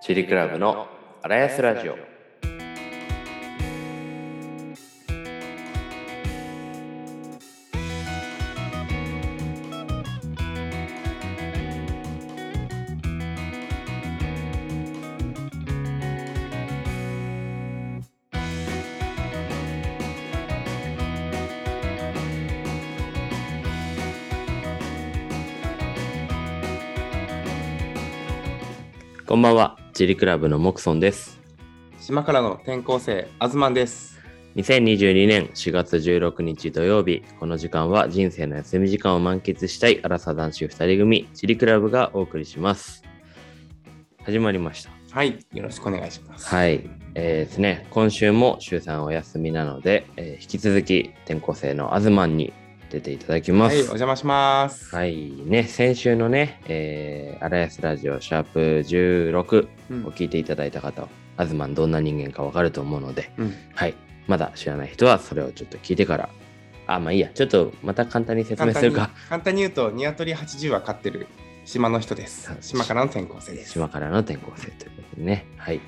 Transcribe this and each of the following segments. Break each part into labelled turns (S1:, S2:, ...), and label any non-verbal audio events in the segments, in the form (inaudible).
S1: チリクラブの荒安ラジオ。こんばんは、チリクラブのモクソンです。
S2: 島からの転校生アズマンです
S1: 2022年4月16日土曜日、この時間は人生の休み時間を満喫したい荒さ男子2人組、チリクラブがお送りします。始まりました。
S2: はいよろしくお願いします
S1: はい、えーですね、今週も週3お休みなので、えー引き続き転校生のアズマンに出ていただきま
S2: はいお
S1: す。
S2: 邪魔します、
S1: はいい、ね、先週のね、えー、荒安ラジオシャープ16
S2: うん
S1: を聞いていただいた方、アズマンどんな人間かわかると思うので、
S2: うん
S1: はい、まだ知らない人はそれをちょっと聞いてから、あ、まあいいや、ちょっとまた簡単に説明
S2: 簡
S1: す
S2: 単
S1: る
S2: に
S1: か。
S2: 簡単に言うとニワトリ80は飼ってる島の人です
S1: はい
S2: 島からの転校生です
S1: 島からの転校生ということでね、はい、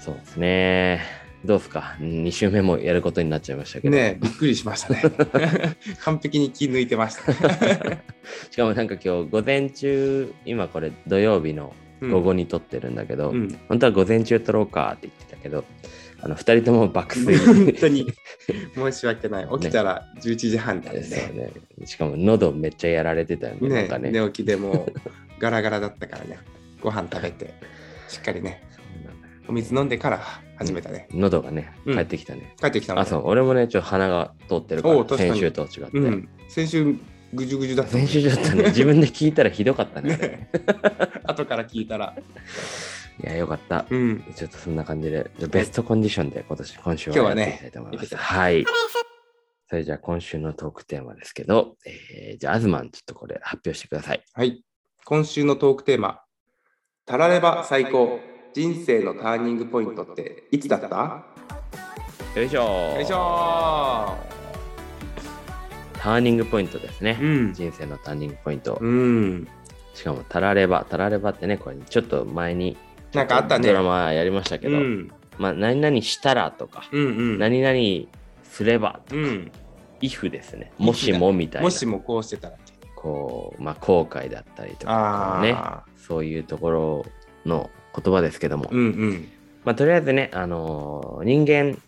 S1: そうですね、どうですか、2週目もやることになっちゃいましたけど、
S2: ねえびっくりしましたね (laughs) 完璧に気抜いてまし
S1: (laughs)
S2: た、
S1: しかもなんか今日午前中今これ土曜日の
S2: うん
S1: 午後に撮ってるんだけど、
S2: うん
S1: 本当は午前中撮ろうかって言ってたけどあの2人とも爆
S2: (laughs)
S1: 睡
S2: 本当に申し訳ない起きたら11時半だよ
S1: そう
S2: ね
S1: ねしかも喉めっちゃやられてたよねなん
S2: ね
S1: かね
S2: 寝起きでもうガラガラだったからねご飯食べてしっかりねお水飲んでから始めたね、
S1: 喉がね
S2: うん
S1: 帰ってきたね、
S2: 帰ってきたの
S1: あそう俺もねちょっと鼻が通ってるか
S2: お
S1: ら
S2: う確か
S1: 先
S2: に
S1: 週と違って、
S2: うん、先週ぐじゅぐじゅだったもん
S1: 先週ちょっ
S2: (laughs)
S1: とね自分で聞いたらひどかったね
S2: ね後から聞いたら、
S1: いやよかった、
S2: うん、
S1: ちょっとそんな感じで、じゃあベストコンディションで今年、今週は
S2: 今日
S1: や
S2: は
S1: っ
S2: ね
S1: ていきたいと思いま
S2: い
S1: す。
S2: けて
S1: はい。それじゃあ今週のトークテーマですけど、えーじゃあ、アズマン、ちょっとこれ発表してください。
S2: はい今週のトークテーマ「たられば最高人生のターニングポイントっていつだった?
S1: よいしょ」ー
S2: よいしょ
S1: ターニングポイントですね
S2: ーう。ん
S1: 人生のターニングポイント。
S2: うん
S1: しかも、タラレバ。タラレバってね、これちょっと前に
S2: なんかあったね
S1: ドラマやりましたけ
S2: う
S1: ど、
S2: ん
S1: まあ、何々したらとか、
S2: うんうん
S1: 何々すればとか、
S2: うん、
S1: if ですね。もしもみたいな。
S2: もしもこうしてたら
S1: こう、まあ、後悔だったりとか
S2: あ
S1: ね。
S2: あ、
S1: そういうところの言葉ですけども、
S2: うんうん
S1: まあ、とりあえずね、あのー人間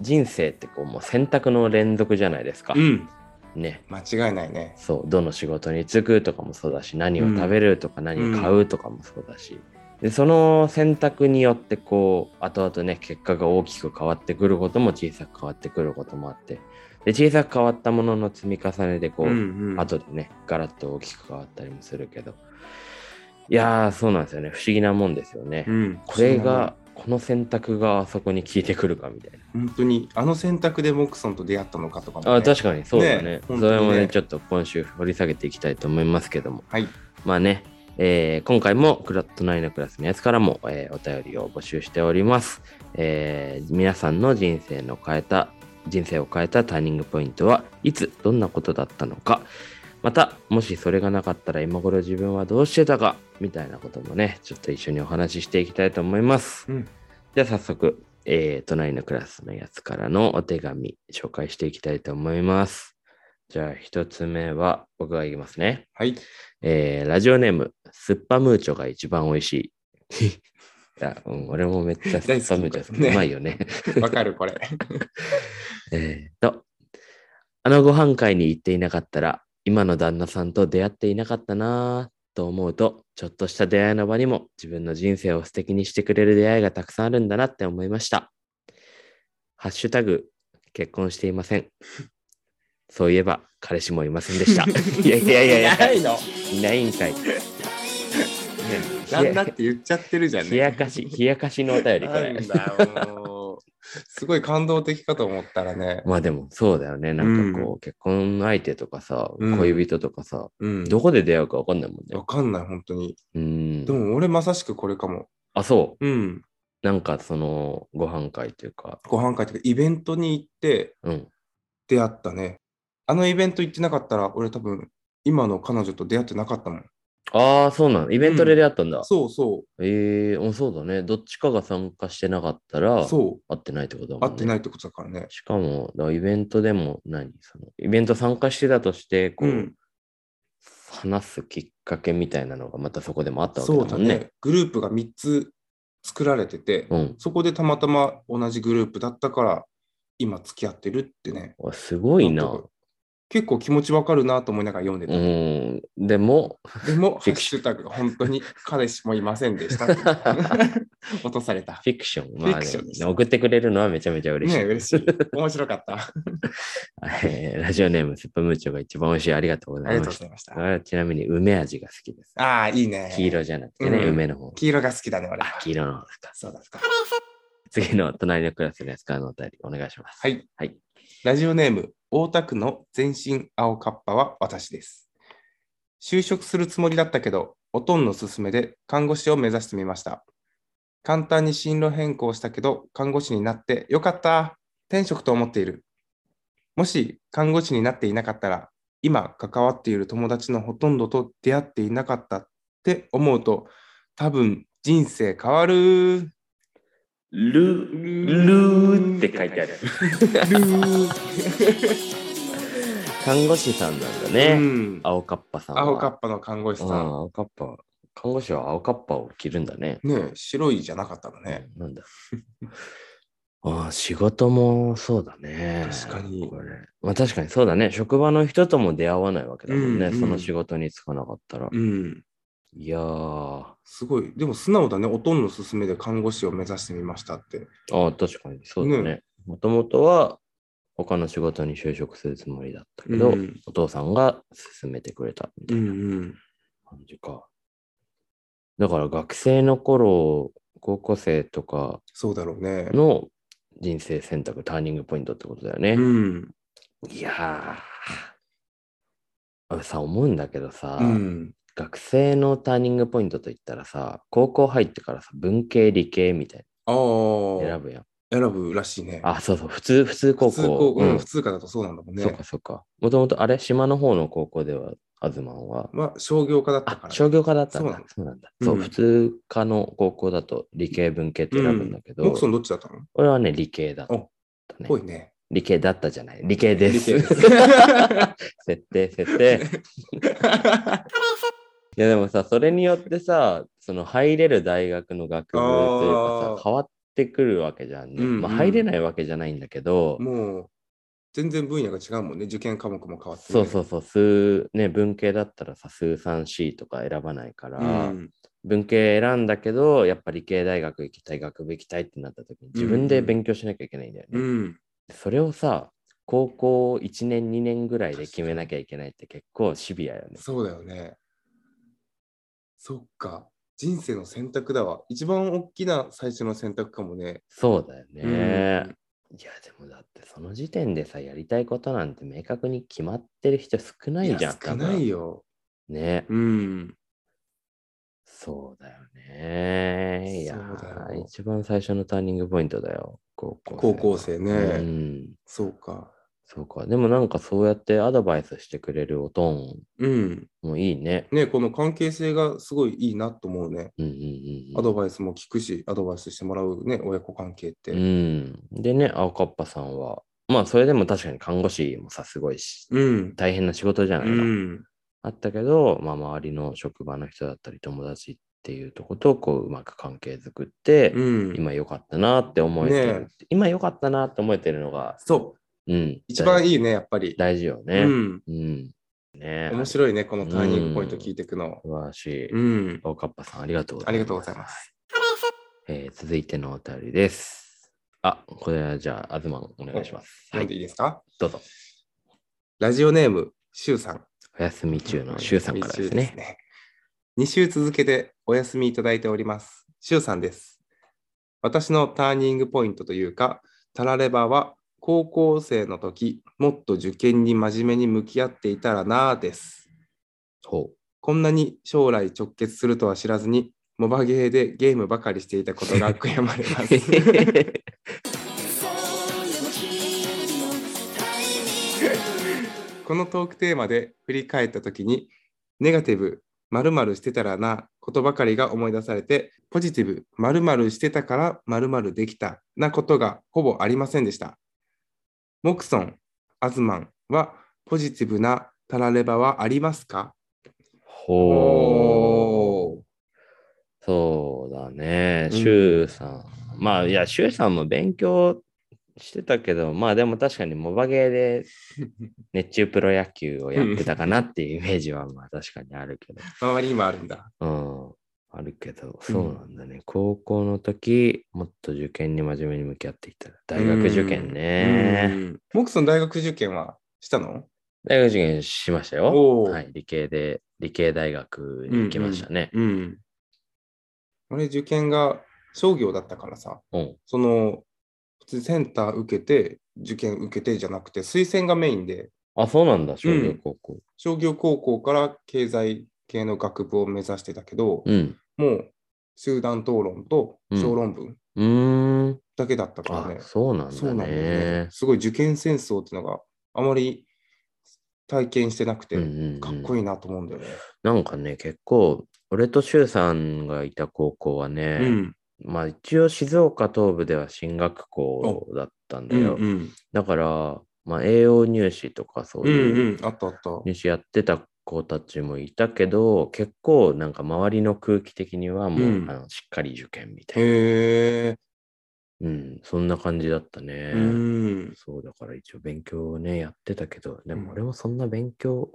S1: 人生ってこうもう選択の連続じゃないですか、
S2: うん
S1: ね
S2: 間違いないね
S1: そうどの仕事に就くとかもそうだし何を食べるとか何を買うとかもそうだし、でその選択によってこう後々ね結果が大きく変わってくることも小さく変わってくることもあってで小さく変わったものの積み重ねでこう、
S2: んうん、
S1: 後でねガラッと大きく変わったりもするけどいやーそうなんですよね不思議なもんですよね、
S2: うん、
S1: これがこの選択があそこに効いてくるかみたい
S2: 本当にあの選択でモクソンと出会ったのかとかも、ね、
S1: なあ確かにそうだね
S2: ね
S1: そ
S2: 本当にね
S1: れもねちょっと今週掘り下げていきたいと思いますけども
S2: はい
S1: まあね、えー今回もクラットナインのクラスのやつからも、えーお便りを募集しております、えー皆さんの人生の変えた人生を変えたターニングポイントはいつどんなことだったのかまたもしそれがなかったら今頃自分はどうしてたかみたいなこともねちょっと一緒にお話ししていきたいと思います
S2: うん
S1: じゃあ早速、えー、隣のクラスのやつからのお手紙紹介していきたいと思います。じゃあ一つ目は僕が言いますね。
S2: はい
S1: えー、ラジオネーム、スッパムーチョが一番美味しい。い (laughs) やうん、俺もめっちゃスッパムーチョ好き
S2: 大好き
S1: うまいよね。
S2: わか
S1: (laughs)
S2: るこれ
S1: えーと、あのご飯会に行っていなかったら、今の旦那さんと出会っていなかったなぁと思うと、ちょっとした出会いの場にも自分の人生を素敵にしてくれる出会いがたくさんあるんだなって思いました。ハッシュタグ、結婚していません。そういえば、彼氏もいませんで
S2: (laughs)
S1: した。いやいやいやいや、
S2: ないの
S1: いないんかい。ね
S2: 旦那って言っちゃってるじゃん
S1: 冷やかし、冷やかしのお便りこ
S2: な
S1: れ
S2: ん。だもうすごい感動的かと思ったらね、
S1: まあでもそうだよね。なんかこう、結婚相手とかさ、
S2: うん
S1: 恋人とかさ、
S2: うん、
S1: どこで出会うか分かんないもんね
S2: わ。かんない本当に
S1: うん
S2: で。も俺まさしくこれかも
S1: あ、そう。
S2: うん
S1: なんかその、ご飯会というか、
S2: ご飯会とかイベントに行って
S1: うん。
S2: 出会ったねあのイベント行ってなかったら俺多分今の彼女と出会ってなかったもん
S1: ああ、そうなの。イベントで出会ったんだ。
S2: そうそ
S1: ええうんそうだね。どっちかが参加してなかったら、
S2: う。そ
S1: 会ってないってことだ
S2: う。
S1: も
S2: 合
S1: んね。
S2: ってないってことだからね。
S1: しかも、だからイベントでも何そのイベント参加してたとして、こ
S2: う
S1: う、
S2: ん。
S1: 話すきっかけみたいなのがまたそこでもあったわけだ
S2: そ
S1: も
S2: うだ
S1: んね。
S2: ね。グループが3つ作られてて、
S1: うん
S2: そこでたまたま同じグループだったから、今付き合ってるってね。
S1: あ。すごい
S2: なん
S1: な
S2: と。か結構気持ちわかるなと思いながら読んで
S1: う
S2: た。
S1: ん。でも、
S2: でも、ハ
S1: フィ
S2: ッ
S1: ク
S2: シュタグ、本当に彼氏もいません
S1: (laughs)
S2: でした。落とされた。
S1: フィクション。
S2: フィクションです
S1: まあ、送ってくれるのはめちゃめちゃ嬉しい。
S2: ね嬉しい。面白か
S1: (laughs)
S2: った。あ
S1: えーラジオネーム、スッパムーチョが一番美味しい。ありがとうござ
S2: り
S1: い
S2: が
S1: ま
S2: とうご
S1: し。
S2: ざいましたた。
S1: あちなみに、梅味が好きです。
S2: ああ、いいね。
S1: 黄色じゃなくてね、
S2: うん
S1: 梅の方。
S2: 黄色が好きだね、俺。
S1: あ、黄色の方ですか。
S2: そうですか。
S1: 次の隣のクラスですかのお便りお願いします。
S2: はい。
S1: はい。
S2: ラジオネーム、大田区の全身青カッパは私です。就職するつもりだったけど、おとんの勧めで看護師を目指してみました。簡単に進路変更したけど、看護師になってよかった。転職と思っている。もし看護師になっていなかったら、今関わっている友達のほとんどと出会っていなかったって思うと、多分人生変
S1: (laughs)
S2: わる。
S1: ル
S2: ルーって書いてある。
S1: 看護師さんなんだ
S2: う
S1: ね。
S2: ん、
S1: 青かっぱさんは。
S2: 青カッパの看護師
S1: う
S2: さ
S1: ん
S2: ん。
S1: 青かっぱ。看護師は青かっぱを着るんだね。
S2: ねえ白いじゃなかったのね。
S1: うんなんだ。 (laughs) ああ、仕事もそうだね。
S2: 確かに
S1: これまあ確かにそうだね。職場の人とも出会わないわけだもんね。
S2: うんうん
S1: その仕事に就かなかったら。
S2: うん。
S1: いやー、あ
S2: すごい。でも素直だね。おとんの勧めで看護師を目指してみましたって。
S1: あ、確かにそうだね
S2: ね。
S1: もともとは他の仕事に就職するつもりだったけど、
S2: うん
S1: お父さんが勧めてくれたみた
S2: う
S1: い
S2: ん
S1: な感じか。だから学生の頃、高校生とか
S2: そうだろうね。
S1: の人生選択、ターニングポイントってことだよね。
S2: うん。
S1: いやー。俺さ、思うんだけどさ、
S2: うん。
S1: 学生のターニングポイントといったらさ、高校入ってからさ、文系、理系みたい
S2: ああ。
S1: な選
S2: 選
S1: ぶやん。
S2: ぶらしいね。
S1: あ、そうそう、普通、普通高
S2: 普通高
S1: 校。
S2: 校、
S1: う
S2: うんん普通科だとそうなんだもんね。
S1: そうか、そうか。もともと、あれ、島の方の高校では、アズマンは。
S2: まあ、商業科だった
S1: あ
S2: か、ら。
S1: 商業科だったんだ。そうなんだ。そう、
S2: うん
S1: 普通科の高校だと理系文系って選ぶんだけど、
S2: 奥さんどっちだったの
S1: 俺はね、理系だった
S2: お
S1: ね
S2: ぽいね。
S1: 理系だったじゃない。理系です。
S2: 理系
S1: (laughs)
S2: (laughs)
S1: 設定、設定。いやでもさ、それによってさ、その入れる大学の学部というか
S2: あ
S1: さ
S2: ー、
S1: 変わってくるわけじゃんね。
S2: うんうん
S1: まあ入れないわけじゃないんだけど、
S2: もう、全然分野が違うもんね。受験科目も変わって、
S1: そう
S2: う。
S1: そうそう、数、ね、文系だったらさ、数 3C とか選ばないから、
S2: うん、
S1: 文系選んだけど、やっぱ理系大学行きたい、学部行きたいってなった時に、自分で勉強しなきゃいけないんだよね。
S2: うん。
S1: それをさ、高校1年、2年ぐらいで決めなきゃいけないって結構シビアよね。
S2: そうだよね。そっか。人生の選択だわ。一番大きな最初の選択かもね。
S1: そうだよね。
S2: うん
S1: いや、でもだってその時点でさ、やりたいことなんて明確に決まってる人少ないじゃん。
S2: や少ない
S1: よ。
S2: よ。
S1: ね。
S2: うん。
S1: そうだよね。いや
S2: そうだよ
S1: 一番最初のターニングポイントだよ。高校生。
S2: 高校生ね。
S1: うん。
S2: そうか。
S1: そうか。でもなんかそうやってアドバイスしてくれるおとん
S2: うん。
S1: もいいね。
S2: ねこの関係性がすごいいいなと思うね。
S1: うんうんうんうん。
S2: アドバイスも聞くし、アドバイスしてもらうね、親子関係って。
S1: うん。でね、青かっぱさんは、まあそれでも確かに看護師もさ、すごいし、
S2: うん。
S1: 大変な仕事じゃな
S2: う
S1: いか。
S2: ん。
S1: あったけど、まあ、周りの職場の人だったり友達っていうとことこううまく関係作って、
S2: うん。
S1: 今良かったなって思えてる、
S2: ね
S1: 今良かったなって思えてるのが、
S2: そう。
S1: うん、
S2: 一番
S1: い
S2: いいね、やっぱり。
S1: 大事よね。
S2: うん。
S1: うんね
S2: 面白いね、このターニングポイント聞いていくの。
S1: 素晴らしい。
S2: うん。
S1: おかっぱさん、ありがとうござ
S2: あ
S1: います。
S2: りがとうございます。
S1: えー続いてのお便りです。あ、これはじゃあ、あずまんお願いします。は
S2: 読んで
S1: い、
S2: いいですか
S1: どうぞ。
S2: ラジオネーム、しゅうさん。
S1: お休み中のしゅうさんからです
S2: 二週
S1: ね。
S2: ね。2週続けてお休みいただいております。しゅうさんです。私のターニングポイントというか、タラレバは高校生の時、もっと受験に真面目に向き合っていたらなぁです。
S1: ほ
S2: こんなに将来直結するとは知らずに、モバゲーでゲームばかりしていたことが悔やまれ
S1: う。 (laughs)
S2: ます。このトークテーマで振り返った時にネガティブ〇〇してたらなことばかりが思い出されて、ポジティブ、〇〇してたから〇〇できたなことがほぼありませんでした。モクソン、アズマンはポジティブなたらればはありま
S1: (laughs)
S2: すか
S1: ほう。
S2: ー
S1: そうだね、
S2: うん
S1: シュウさん。まあ、いや、シュウさんも勉強してたけど、まあでも確かにモバゲーで熱中プロ野球をやってたかなっていうイメージはまあ確かにあるけど。
S2: 周りにもあるんだ。
S1: うん、あるけど、そうなんだね。高校の時、もっと受験に真面目に向き合っていたら。大学受験
S2: う
S1: ね。
S2: ん。モクソン大学受験はしたの
S1: 大学受験しましたよ。
S2: おー
S1: はい、理系で、理系大学に行きましたね。
S2: うん。俺、受験が商業だったからさ、
S1: うん。
S2: その、普通センター受けて、受験受けてじゃなくて、推薦がメインで、
S1: あ、そうなんだ、商業高校。
S2: 商業高校から経済系の学部を目指してたけど、
S1: うん。
S2: もう集団討論と小論文
S1: うーん。
S2: だけだったから
S1: あ
S2: ね。、
S1: そうなん
S2: そう
S1: だ
S2: なんだよね
S1: ね。。
S2: すごい受験戦争っていうのがあまり体験してなくて、
S1: うんうんうん
S2: かっこいいなと思うんだよね。
S1: なんかね、結構、俺と周さんがいた高校はね、
S2: うん
S1: まあ一応静岡東部では進学校だったんだ
S2: うん
S1: よ。
S2: うん
S1: だから、まあ栄養入試とかそう
S2: う
S1: いうん
S2: うんあったあった。
S1: 入試やってた子たちもいたけど、結構なんか周りの空気的にはもう、
S2: うん
S1: あのしっかり受験みたいな、
S2: へえ。
S1: うん、そんな感じだったね。
S2: うん。
S1: そうだから一応勉強をねやってたけどで
S2: うん
S1: も俺もそんな勉強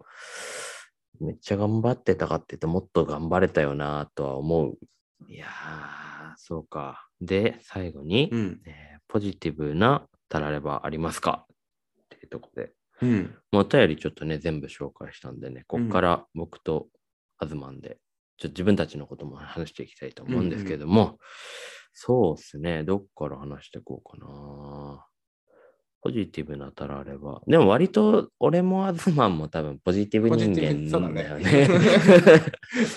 S1: めっちゃ頑張ってたかって言ってもっと頑張れたよなとは思ういやーそうかで最後に、
S2: うん。
S1: えーポジティブなたらればありますかっていうとこで
S2: うん。
S1: もうお便りちょっとね全部紹介したんでねこっから僕とアズマンでちょっと自分たちのことも話していきたいと思うんですけども、そうですねどっから話していこうかなポジティブなたらあればでも割と俺もアズマンも多分ポジティブ
S2: ポジ
S1: 人
S2: ティ
S1: 間
S2: ブ
S1: なんだよね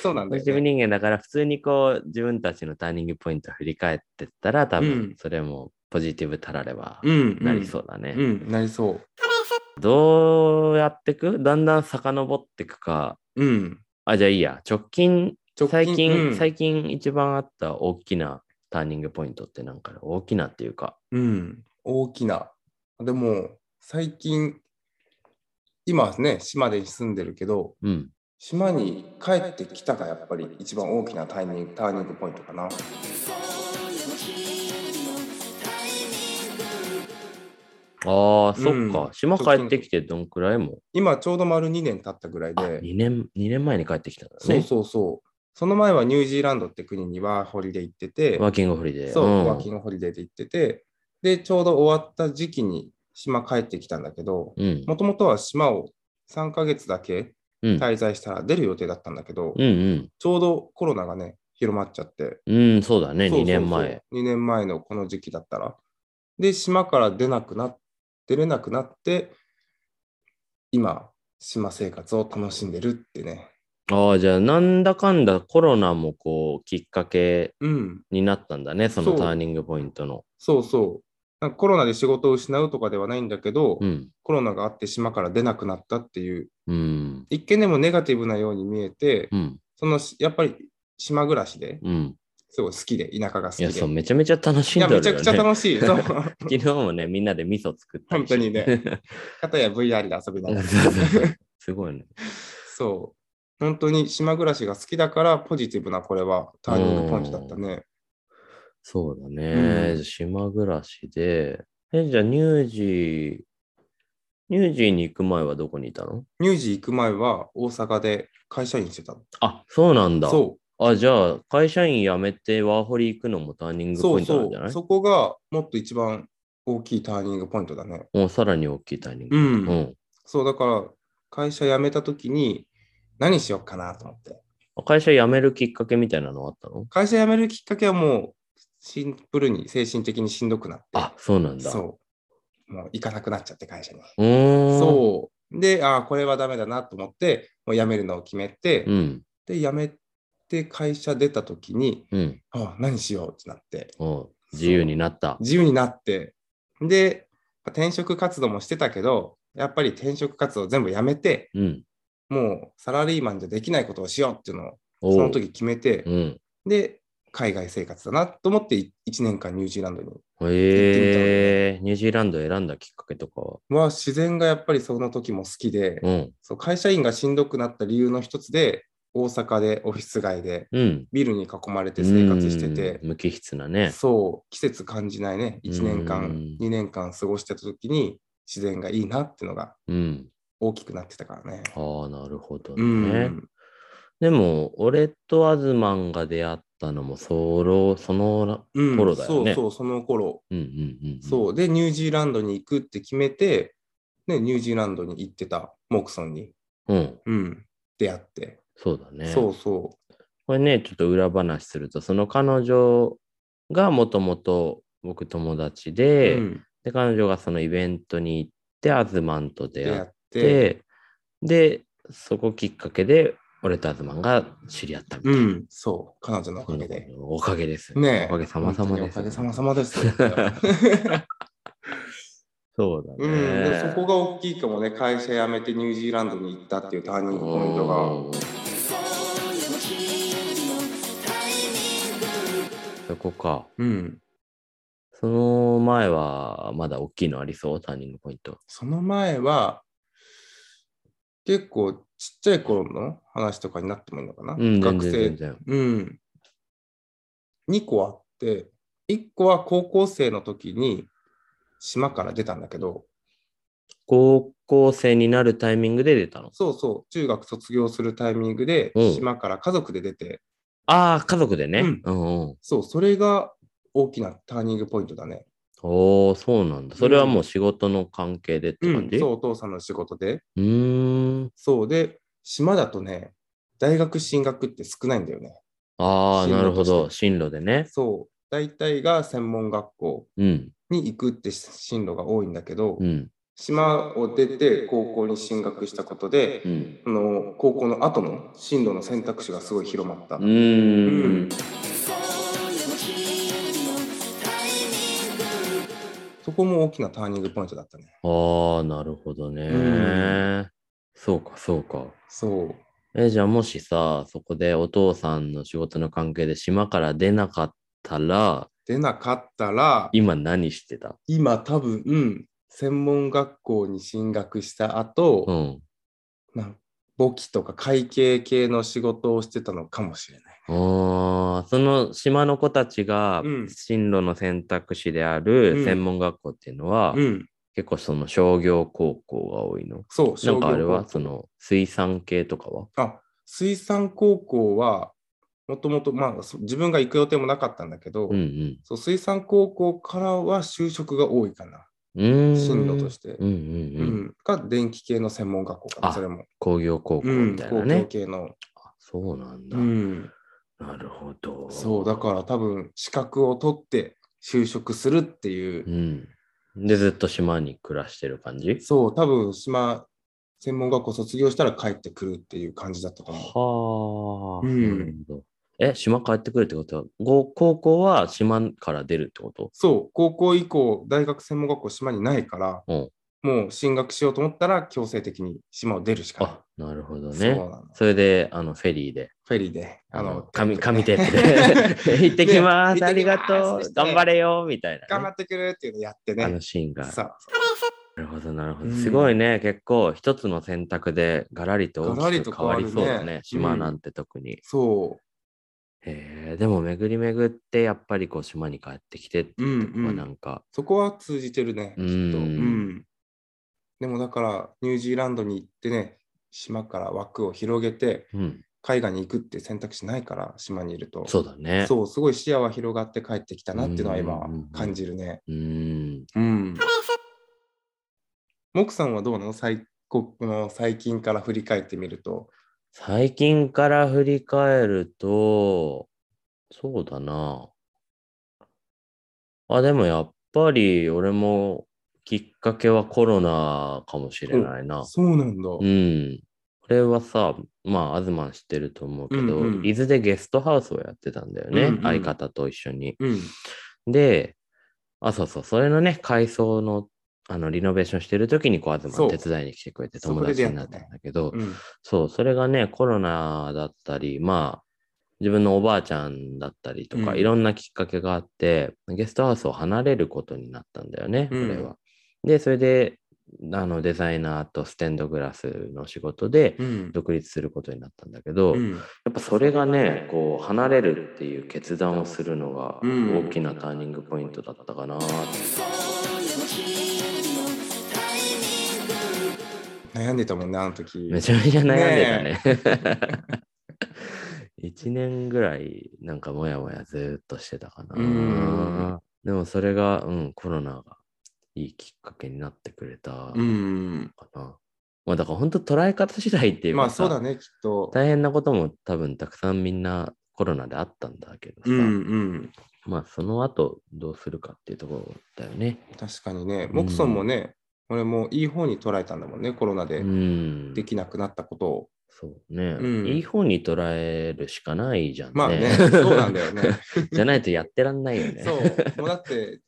S2: そう
S1: (laughs)
S2: だ (laughs) そうなん
S1: ポ
S2: だよ
S1: ジティブ
S2: ね。
S1: 人間だから普通にこう自分たちのターニングポイントを振り返ってったら多
S2: うん
S1: 分それもポジティブたられば
S2: うん。。
S1: なりそううだね、
S2: うん。なりそう。
S1: どうやってくだんだん遡ってくか。
S2: うん。
S1: あ、じゃあいいや。直近、
S2: 直近
S1: 最近、
S2: うん
S1: 最近一番あった大きなターニングポイントってなんか大きなっていうか。
S2: うん。大きな。でも、最近、今はね、島で住んでるけど、
S1: うん。
S2: 島に帰ってきたがやっぱり一番大きなタイミングターニングポイントかな。
S1: ああ、そっか、
S2: うん
S1: 島帰ってきてどんくらいも。
S2: 今ちょうど丸2年経ったぐらい
S1: あ、
S2: で、
S1: 2年、二年前に帰ってきたんだね。
S2: そうそうそう。その前はニュージーランドって国にワーホリで行ってて、
S1: ワーキングホリデー。
S2: そう、
S1: ん
S2: ワーキングホリデーで行ってて、で、ちょうど終わった時期に島帰ってきたんだけど、
S1: うん。
S2: もともとは島を3ヶ月だけ
S1: うん。
S2: 滞在したら出る予定だったんだけど、
S1: うん
S2: ちょうどコロナがね、広まっちゃって、
S1: うん。うん、そうだね、
S2: そうそうそう
S1: 2年前。。
S2: 2年前のこの時期だったら。で、島から出なくなっ出れなくなって、今、島生活を楽しんでるってね。
S1: ああ、じゃあ、なんだかんだコロナもこう、きっかけ
S2: うん、
S1: になったんだね、そ
S2: そ
S1: の
S2: う
S1: ターニングポイントの。
S2: そうそう。なんかコロナで仕事を失うとかではないんだけど、
S1: うん。
S2: コロナがあって島から出なくなったっていう、
S1: うん。
S2: 一見でもネガティブなように見えて、
S1: うん。
S2: そのやっぱり島暮らしで
S1: うん。
S2: すごい好きで、田舎が好
S1: い
S2: きで。
S1: や、そう、めちゃめちゃ楽し
S2: い
S1: んで
S2: や
S1: るよ
S2: め
S1: ね。
S2: ちゃくちゃ楽しい。そう
S1: 昨日もね、みんなで味噌作ったりして
S2: 本当に
S1: (laughs)
S2: ね。片や VR で遊びながら。
S1: すごいね。
S2: そう。本当に島暮らしが好きだから、ポジティブなこれはターニングポイントだったね。
S1: そうだね。
S2: うん
S1: 島暮らしで。え、じゃあ、ニュージー、ニュージーに行く前はどこにいたの
S2: ニュージー行く前は大阪で会社員してたの。
S1: あ、そうなんだ。
S2: そ
S1: あ、じゃあ、会社員辞めてワーホリ行くのもターニン
S2: う、
S1: グ
S2: そ
S1: ポイ
S2: う
S1: ントな
S2: そ
S1: んじゃな
S2: う。
S1: い
S2: そこがもっと一番大きいターニングポイントだね。
S1: もうさらに大きいターニン
S2: う
S1: グ。
S2: ん。
S1: うん。
S2: そう、だから会社辞めた時に何しようかなと思って。
S1: 会社辞めるきっかけみたいなのあったの
S2: 会社辞めるきっかけはもうシンプルに精神的にしんどくなって。
S1: あ、そうなんだ。
S2: そう。もう行かなくなっちゃって会社に。
S1: うーん。
S2: そう。で、ああ、これはダメだなと思って、もう辞めるのを決めて、
S1: うん。
S2: で、辞めて会社出た時に、
S1: うん。
S2: ああ何しようってなって、
S1: うん。自由になった。
S2: 自由になって、で、転職活動もしてたけど、やっぱり転職活動全部やめて、
S1: うん。
S2: もうサラリーマンじゃできないことをしようっていうのを、
S1: お
S2: そ
S1: ー
S2: の時決めて
S1: う、ん。
S2: で、海外生活だなと思って、1年間ニュージーランドに。
S1: へえー、ニュージーランド選んだきっかけとかは。
S2: は、自然がやっぱりその時も好きで、
S1: うん。
S2: そう会社員がしんどくなった理由の一つで、大阪でオフィス街で、
S1: うん。
S2: ビルに囲まれて生活してて、
S1: うん無機質なね。
S2: そう、季節感じないね、1年
S1: う
S2: 間
S1: ん、
S2: 2年間過ごしてた時に、自然がいいなっていうのが
S1: うん。
S2: 大きくなってたからね。
S1: ああ、なるほどね。
S2: うん。
S1: でも、俺とアズマンが出会ったのも、その、その、
S2: うん
S1: 頃だよね
S2: そうそう、その頃。
S1: うんうんうんうん。
S2: そう。で、ニュージーランドに行くって決めて、ね、ニュージーランドに行ってたモクソンに、
S1: う。うん。
S2: うん、出会って。
S1: そうだね。
S2: そうそ
S1: これね、ちょっと裏話すると、その彼女がもともと僕友達
S2: う。
S1: で、
S2: うん
S1: で、彼女がそのイベントに行って、アズマンと出
S2: 出
S1: 会
S2: 会
S1: っ
S2: って、
S1: て、で、そこきっかけで、俺とアズマンが知り合ったみたいうな。
S2: ん、そう、彼女のおかげで。
S1: おかげです。
S2: ねえ
S1: おかげさまさまです。
S2: 本当におかげさまさまです。
S1: そうだね。
S2: うん、でそこが大きいかもね、会社辞めてニュージーランドに行ったっていうターニングポイントが。
S1: そこか。
S2: うん、
S1: その前は、まだ大きいのありそう、ターニングポイント。
S2: その前は、結構ちっちゃい頃の話とかになってもいいのかな、
S1: うん、全
S2: 学
S1: 然
S2: 生
S1: 全然。
S2: うん。2個あって、1個は高校生の時に島から出たんだけど、
S1: 高校生になるタイミングで出たの。
S2: そうそう、中学卒業するタイミングで
S1: うん
S2: 島から家族で出て、
S1: ああ、家族でね。
S2: うん
S1: うんうん
S2: そう、それが大きなターニングポイントだね。
S1: おお、そうなんだ。それはもう仕事の関係でって感じ、
S2: そう、お父さんの仕事で。
S1: うーん。
S2: そうで、島だとね、大学進学って少ないんだよね。
S1: ああ、
S2: 進路として
S1: なるほど。進路でね。
S2: そう、大体が専門学校
S1: うん。
S2: に行くって進路が多いんだけど、
S1: うん。
S2: 島を出て高校に進学したことで、
S1: うん。
S2: あの高校の後の進路の選択肢がすごい広まった。
S1: うー
S2: うん
S1: ん。
S2: そこも大きなターニングポイントだったね。
S1: ああ、なるほどね、
S2: うん
S1: そうか、そうか。
S2: そう。
S1: え、じゃあもしさ、そこでお父さんの仕事の関係で島から出なかったら、
S2: 出なかったら、
S1: 今何してた
S2: 今多分、うん、専門学校に進学した後、
S1: うん。
S2: なん簿記とか会計系の仕事をしてたのかもしれない。
S1: あーその島の子たちが
S2: うん
S1: 進路の選択肢であ
S2: う
S1: る
S2: ん
S1: 専門学校っていうのは、
S2: うん、
S1: 結構その商業高校が多いの。
S2: そう、
S1: なんかあ
S2: 商
S1: れ
S2: 業高
S1: は
S2: 校
S1: その水産系とかは
S2: あ水産高校は、もともと、まあ、そ自分が行く予定もなかったんだけど、
S1: うんうん。
S2: そう、水産高校からは就職が多いかな、
S1: うーん。
S2: 進路として。
S1: うんうんう
S2: う
S1: ん。
S2: ん、が電気系の専門学校かな、
S1: あ
S2: それも。
S1: 工業高校
S2: うん、
S1: みたい
S2: 工
S1: な
S2: 業
S1: ね。
S2: 系の。
S1: あそうなんだ。
S2: うん、
S1: なるほど。
S2: そう、だから多分、資格を取って就職するっていう
S1: う、ん。で、ずっと島に暮らしてる感じ
S2: そう、多分、島、専門学校卒業したら帰ってくるっていう感じだったと
S1: はあ、
S2: 思うん
S1: なるほど。え、島帰ってくるってことは、ご高校は島から出るってこと
S2: う。そう、高校以降、大学専門学校、島にないから、
S1: うん
S2: もう進学しようと思ったら、強制的に島を出るし
S1: あ
S2: か、
S1: なるほど
S2: ない。
S1: ね
S2: そう。なの。
S1: それで、あの、フェリーで、
S2: フェリーで、あ
S1: あ
S2: の、
S1: の、
S2: (laughs)
S1: 紙、紙
S2: テ
S1: テ
S2: ント
S1: ープで、行 (laughs) ってきま
S2: ね
S1: す、ありがと
S2: 行ってきます
S1: う、頑張れよ、みたいな
S2: (laughs) 頑張
S1: ね、
S2: ってくるっていうのやって
S1: あ
S2: ね
S1: の。シーンが。
S2: そ
S1: な
S2: う。
S1: るほど、なるほ
S2: う
S1: ど。
S2: ん
S1: すごいね、結構、一つの選択で、ガラリと
S2: ガラ
S1: 大
S2: リ
S1: き
S2: と
S1: く
S2: 変
S1: 変
S2: わ
S1: わ
S2: る
S1: りそ
S2: ね
S1: うだね、島
S2: うん
S1: なんて特に。
S2: そう。
S1: へえ、でも、巡り巡って、やっぱりこう、島に帰ってきてっていうところ
S2: うんう
S1: は、
S2: ん
S1: なんか、
S2: そこは通じてるね、きっと。
S1: うん
S2: うんでもだから、ニュージーランドに行ってね、島から枠を広げて、
S1: うん、
S2: 海外に行くって選択肢ないから、島にいると。
S1: そうだね。
S2: そう、すごい視野は広がって帰ってきたなっていうのは
S1: うん
S2: 今
S1: うんうんうん
S2: 感じるね。
S1: うーん。
S2: うん。モクさんはどうなの最この最近から振り返ってみると。
S1: 最近から振り返ると、そうだな。あ、でもやっぱり俺もきっかけはコロナかもしれないな。
S2: そうなんだ。
S1: うん。これはさ、まあ、アズマン知ってると思うけど、
S2: うんうん
S1: 伊豆でゲストハウスをやってたんだよね。
S2: うんうん
S1: 相方と一緒に。
S2: うん。
S1: で、あ、そうそう、それのね、改装のあの、リノベーションしてる時に、こう、東
S2: そう
S1: 手伝いに来てくれて
S2: そこ
S1: 友
S2: で
S1: 達
S2: 出会っ
S1: に
S2: た
S1: な
S2: ね
S1: ったんだけど、
S2: うん。
S1: そう、それがね、コロナだったり、まあ、自分のおばあちゃんだったりとか、
S2: うん
S1: いろんなきっかけがあって、ゲストハウスを離れることになったんだよね、こ
S2: うん
S1: れは。で、それで、あの、デザイナーとステンドグラスの仕事で
S2: うん。
S1: 独立することになったんだけど、
S2: う
S1: や
S2: ん
S1: っぱそれがね、こう、離れるっていう決断をするのが
S2: うん
S1: 大きなターニングポイントだったかなって
S2: 悩んでたもんね、あの時。
S1: めちゃめちゃ悩んでたね。 (laughs) 一年ぐらい、なんかもやもやずーっとしてたか
S2: うん
S1: な。でもそれが、うん、コロナがいいきっかけになってくれたか
S2: う
S1: な。
S2: ん。
S1: まあだから本当捉え方次第っていう
S2: ま
S1: か
S2: あ
S1: さ、
S2: そうだね、きっと。
S1: 大変なことも多分たくさんみんなコロナであったんだけどさ、
S2: うんうん。
S1: まあその後どうするかっていうところだよね。
S2: 確かにね、
S1: うん
S2: モクソンもね、俺もいい方に捉えたんだもんね、コロナ
S1: う
S2: で
S1: ん。
S2: できなくなったことを。
S1: そうね、
S2: うん
S1: いい方に捉えるしかないじゃんね。
S2: まあね、そうなん
S1: (laughs)
S2: だよね。
S1: じゃないとやってらんないよね。 (laughs)
S2: そう。もうだって、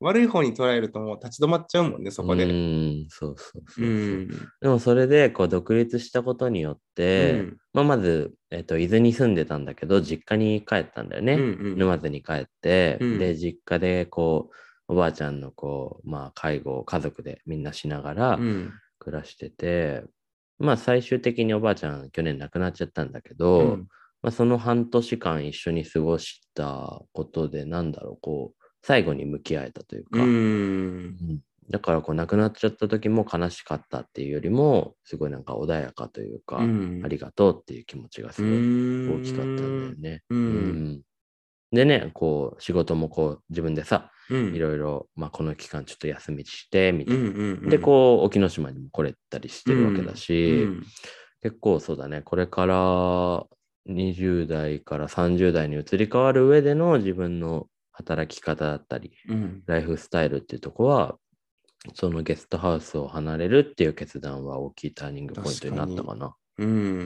S2: 悪い方に捉えるともう立ち止まっちゃうもんね、そこ
S1: う
S2: で。
S1: ん、そうそうそうそう、
S2: うん。
S1: でもそれでこう独立したことによって、
S2: うん
S1: まあ、まず、えっと伊豆に住んでたんだけど、実家に帰ったんだよね。
S2: うんうん
S1: 沼津に帰って、
S2: うん
S1: で、実家でこう、おばあちゃんのこう、まあ、介護を家族でみんなしながら
S2: うん
S1: 暮らしてて、まあ、最終的におばあちゃん去年亡くなっちゃったんだけど、
S2: うん
S1: まあ、その半年間一緒に過ごしたことで、なんだろう、こう、最後に向き合えたというか、
S2: うん。
S1: うんだからこう亡くなっちゃった時も悲しかったっていうよりもすごいなんか穏やかというか、
S2: うん
S1: ありがとうっていう気持ちがすごい大
S2: 大
S1: きかったんだよね。
S2: う。
S1: うんでねこう仕事もこう自分でさ
S2: うん。
S1: いろいろ、まあ、この期間ちょっと休みしてみた
S2: う
S1: いな。
S2: んうんうん。
S1: でこう沖ノ島にも来れたりしてるわけだ
S2: う
S1: し、
S2: ん
S1: 結構そうだねこれから20代から30代に移り変わる上での自分の働き方だったり
S2: うん。
S1: ライフスタイルっていうとこは、そのゲストハウスを離れるっていう決断は大きいターニングポイントになったかな。
S2: う。
S1: うん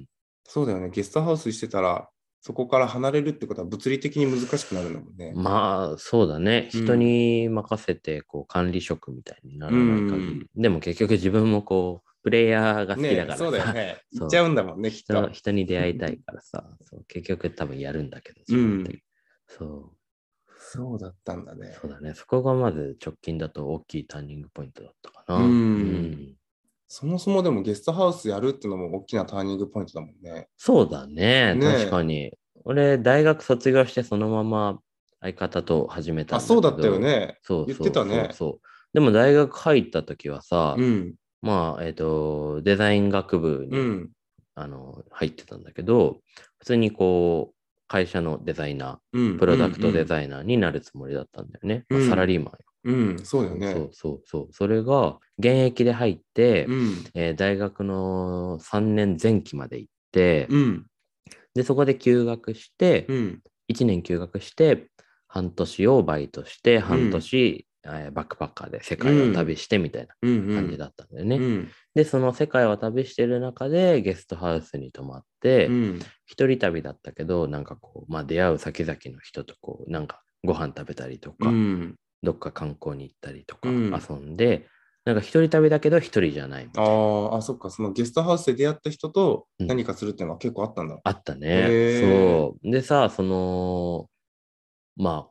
S1: ん。
S2: そうだよね。ゲストハウスしてたら、そこから離れるってことは物理的に難しくなるんだもんね。
S1: まあ、そうだね。
S2: うん
S1: 人に任せて、こう、管理職みたいにならない限り。でも結局自分もこう、プレイヤーが好きだ
S2: ね
S1: からさ、
S2: そうだよね。
S1: (laughs) そう
S2: 行っちゃうんだもんね、きっ
S1: 人
S2: と。
S1: 人に出会いたいからさ、そう結局多分やるんだけど、
S2: うん
S1: それってそう。
S2: そうだったんだね。
S1: そうだね。そこがまず直近だと大きいターニングポイントだったかな。
S2: うん
S1: うん
S2: そもそもでもゲストハウスやるってのも大きなターニングポイントだもんね。
S1: そうだね。
S2: ねえ
S1: 確かに。俺、大学卒業してそのまま相方と始めたん
S2: あ、
S1: だけど。
S2: そうだったよ。ね。
S1: そう
S2: 言ってたね
S1: そうそうでも大学入った時はさ、
S2: うん。
S1: まあ、えっ、と、デザイン学部に、
S2: うん。
S1: あの入ってたんだけど、普通にこう、会社のデザイナ
S2: うん。
S1: ー、プロダクトデ
S2: イ
S1: ザイナーになるつもりだったんだよね。
S2: うん
S1: まあサラリーマンよ、
S2: ン。うん、そうだよね。
S1: そうそうそう。それが、現役で入って、
S2: うん。
S1: えー大学の3年前期まで行って、
S2: うん。
S1: で、そこで休学して、
S2: うん。
S1: 1年休学して、半年をバイトして、半年、えーバックパッカーで世界を旅してみたいな
S2: うん。うん。
S1: 感じだったんだよね。
S2: うん。
S1: で、その世界を旅してる中でゲストハウスに泊まって、
S2: うん。
S1: 一人旅だったけど、なんかこう、まあ出会う先々の人とこう、なんかご飯食べたりと
S2: う
S1: か、
S2: ん。
S1: どっか観光に行ったりとか、
S2: うん
S1: 遊んで、なんか一人旅だけど一人じゃないみた
S2: あ
S1: いな。
S2: ーあ、そっか、そのゲストハウスで出会った人と
S1: うん
S2: 何かするっていうのは結構あったんだ。
S1: あった
S2: へ
S1: ね。
S2: ー
S1: そう。でさ、その、まあ、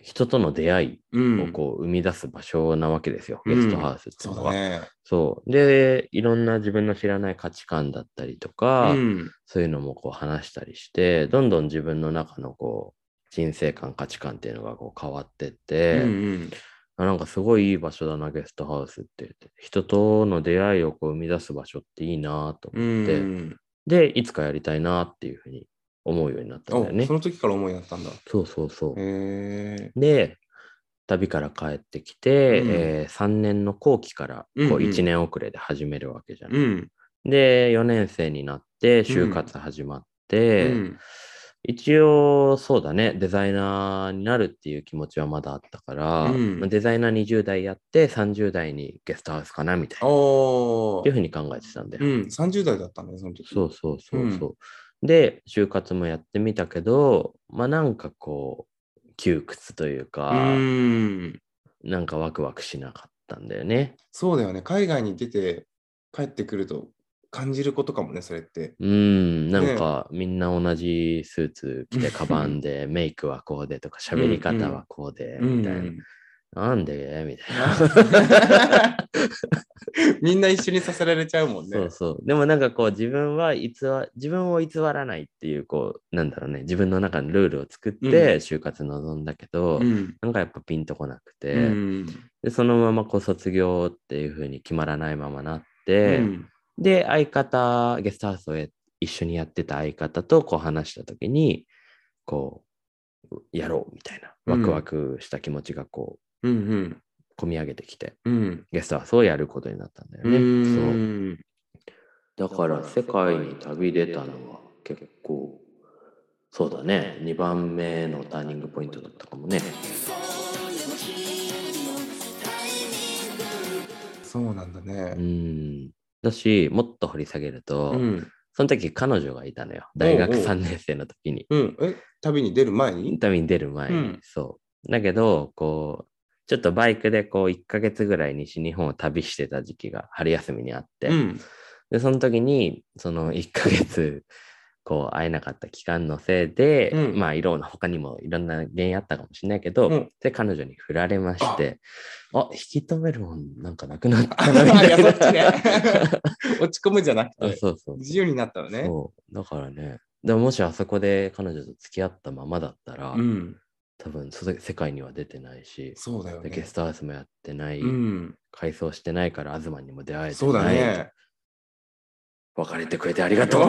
S1: 人との出会い
S2: うん。
S1: をこう生み出す場所なわけですよ、
S2: うん
S1: ゲストハウスってい
S2: そうう
S1: の
S2: だ
S1: は。
S2: ね。
S1: そうで、いろんな自分の知らない価値観だったりとか、
S2: うん。
S1: そういうのもこう話したりして、どんどん自分の中のこう人生観、価値観っていうのがこう変わってっ
S2: う
S1: て、
S2: ん
S1: あなんかすごいいい場所だな、ゲストハウスって。人との出会いをこう生み出す場所っていいなと
S2: う
S1: 思
S2: ん。
S1: っ
S2: う
S1: て、
S2: ん。
S1: で、いつかやりたいなっていうふうに思うようになったんだよ
S2: お
S1: ね
S2: そ。の時から思いになったんだ。へ
S1: そうそうそう。
S2: え。
S1: で、旅から帰ってきて、
S2: うん
S1: え3年の後期からこう
S2: うんうん
S1: 1年遅れで始めるわけじゃん。
S2: うん。
S1: で、4年生になって、就活始まって、
S2: うん
S1: 一応そうだね、デザイナーになるっていう気持ちはまだあったから、
S2: うん
S1: まあデザイナー20代やって、30代にゲストハウスかなみたいな、っ
S2: お
S1: ていうふ
S2: ー
S1: うに考えてたんだよ。
S2: うん。30代だったね、その時。
S1: そうそうそうそう。で、就活もやってみたけど、まあなんかこう、窮屈というか、
S2: うん。
S1: なんかワクワクしなかっったんだよね。
S2: そうだよね。海外に出て帰ってくると感じることかもね、それって。
S1: うん、なんかみんな同じスーツ着て、カバンで、
S2: (laughs)
S1: メイクはこうでとか、喋り方はこうで、みたい (laughs) な。なんでみたいな。
S2: (laughs) みんな一緒にさせられちゃうもんね。
S1: そうそう。でもなんかこう自分は偽、自分を偽らないっていう、こう、なんだろうね、自分の中のルールを作って就活臨んだけど、
S2: うん
S1: なんかやっぱピンとこなくて、
S2: うん
S1: でそのままこう卒業っていう風に決まらないままなっ
S2: う
S1: て、
S2: ん
S1: で、相方、ゲストハウスをや一緒にやってた相方とこう話した時に、こう、やろうみたいな、
S2: う
S1: ワ
S2: ん
S1: クワクした気持ちがこう、
S2: うん
S1: 込み上げてきて、
S2: うん
S1: ゲストハウスをやることになったんだよ
S2: う
S1: ね。そうんだから世界に旅出たのは結構そうだね2番目のターニングポイントだったかもね
S2: そうなんだね
S1: う。んだしもっと掘り下げると、
S2: うん
S1: その時彼女がいたのよ大学
S2: おうおう
S1: 3年生の時に
S2: うんえ旅に出る前に
S1: 旅に出る前に、
S2: うん
S1: そうだけどこうちょっとバイクでこう1ヶ月ぐらい西日本を旅してた時期が春休みにあって、
S2: うん
S1: でその時にその1ヶ月こう会えなかった期間のせいで、
S2: うん
S1: まあいろんな他にもいろんな原因あったかもしれないけど、
S2: うん
S1: で彼女に振られましてあ引き止めるもんなんかなくなったなみ
S2: あ
S1: た
S2: いや
S1: い
S2: そ
S1: な
S2: っちね落ち込むじゃなく
S1: (laughs) あ
S2: て
S1: そうそう
S2: 自由になったのね。
S1: そうだからねでももしあそこで彼女と付き合ったままだったら、
S2: うん
S1: 多分そ世界には出てないし、
S2: そうだよ
S1: でゲ
S2: ね。
S1: ストハウスもやってない、
S2: うん
S1: 改装してないから東にも出会えて
S2: そうだ
S1: ない、
S2: ね。
S1: 別れてくれてありが
S2: (laughs)
S1: とう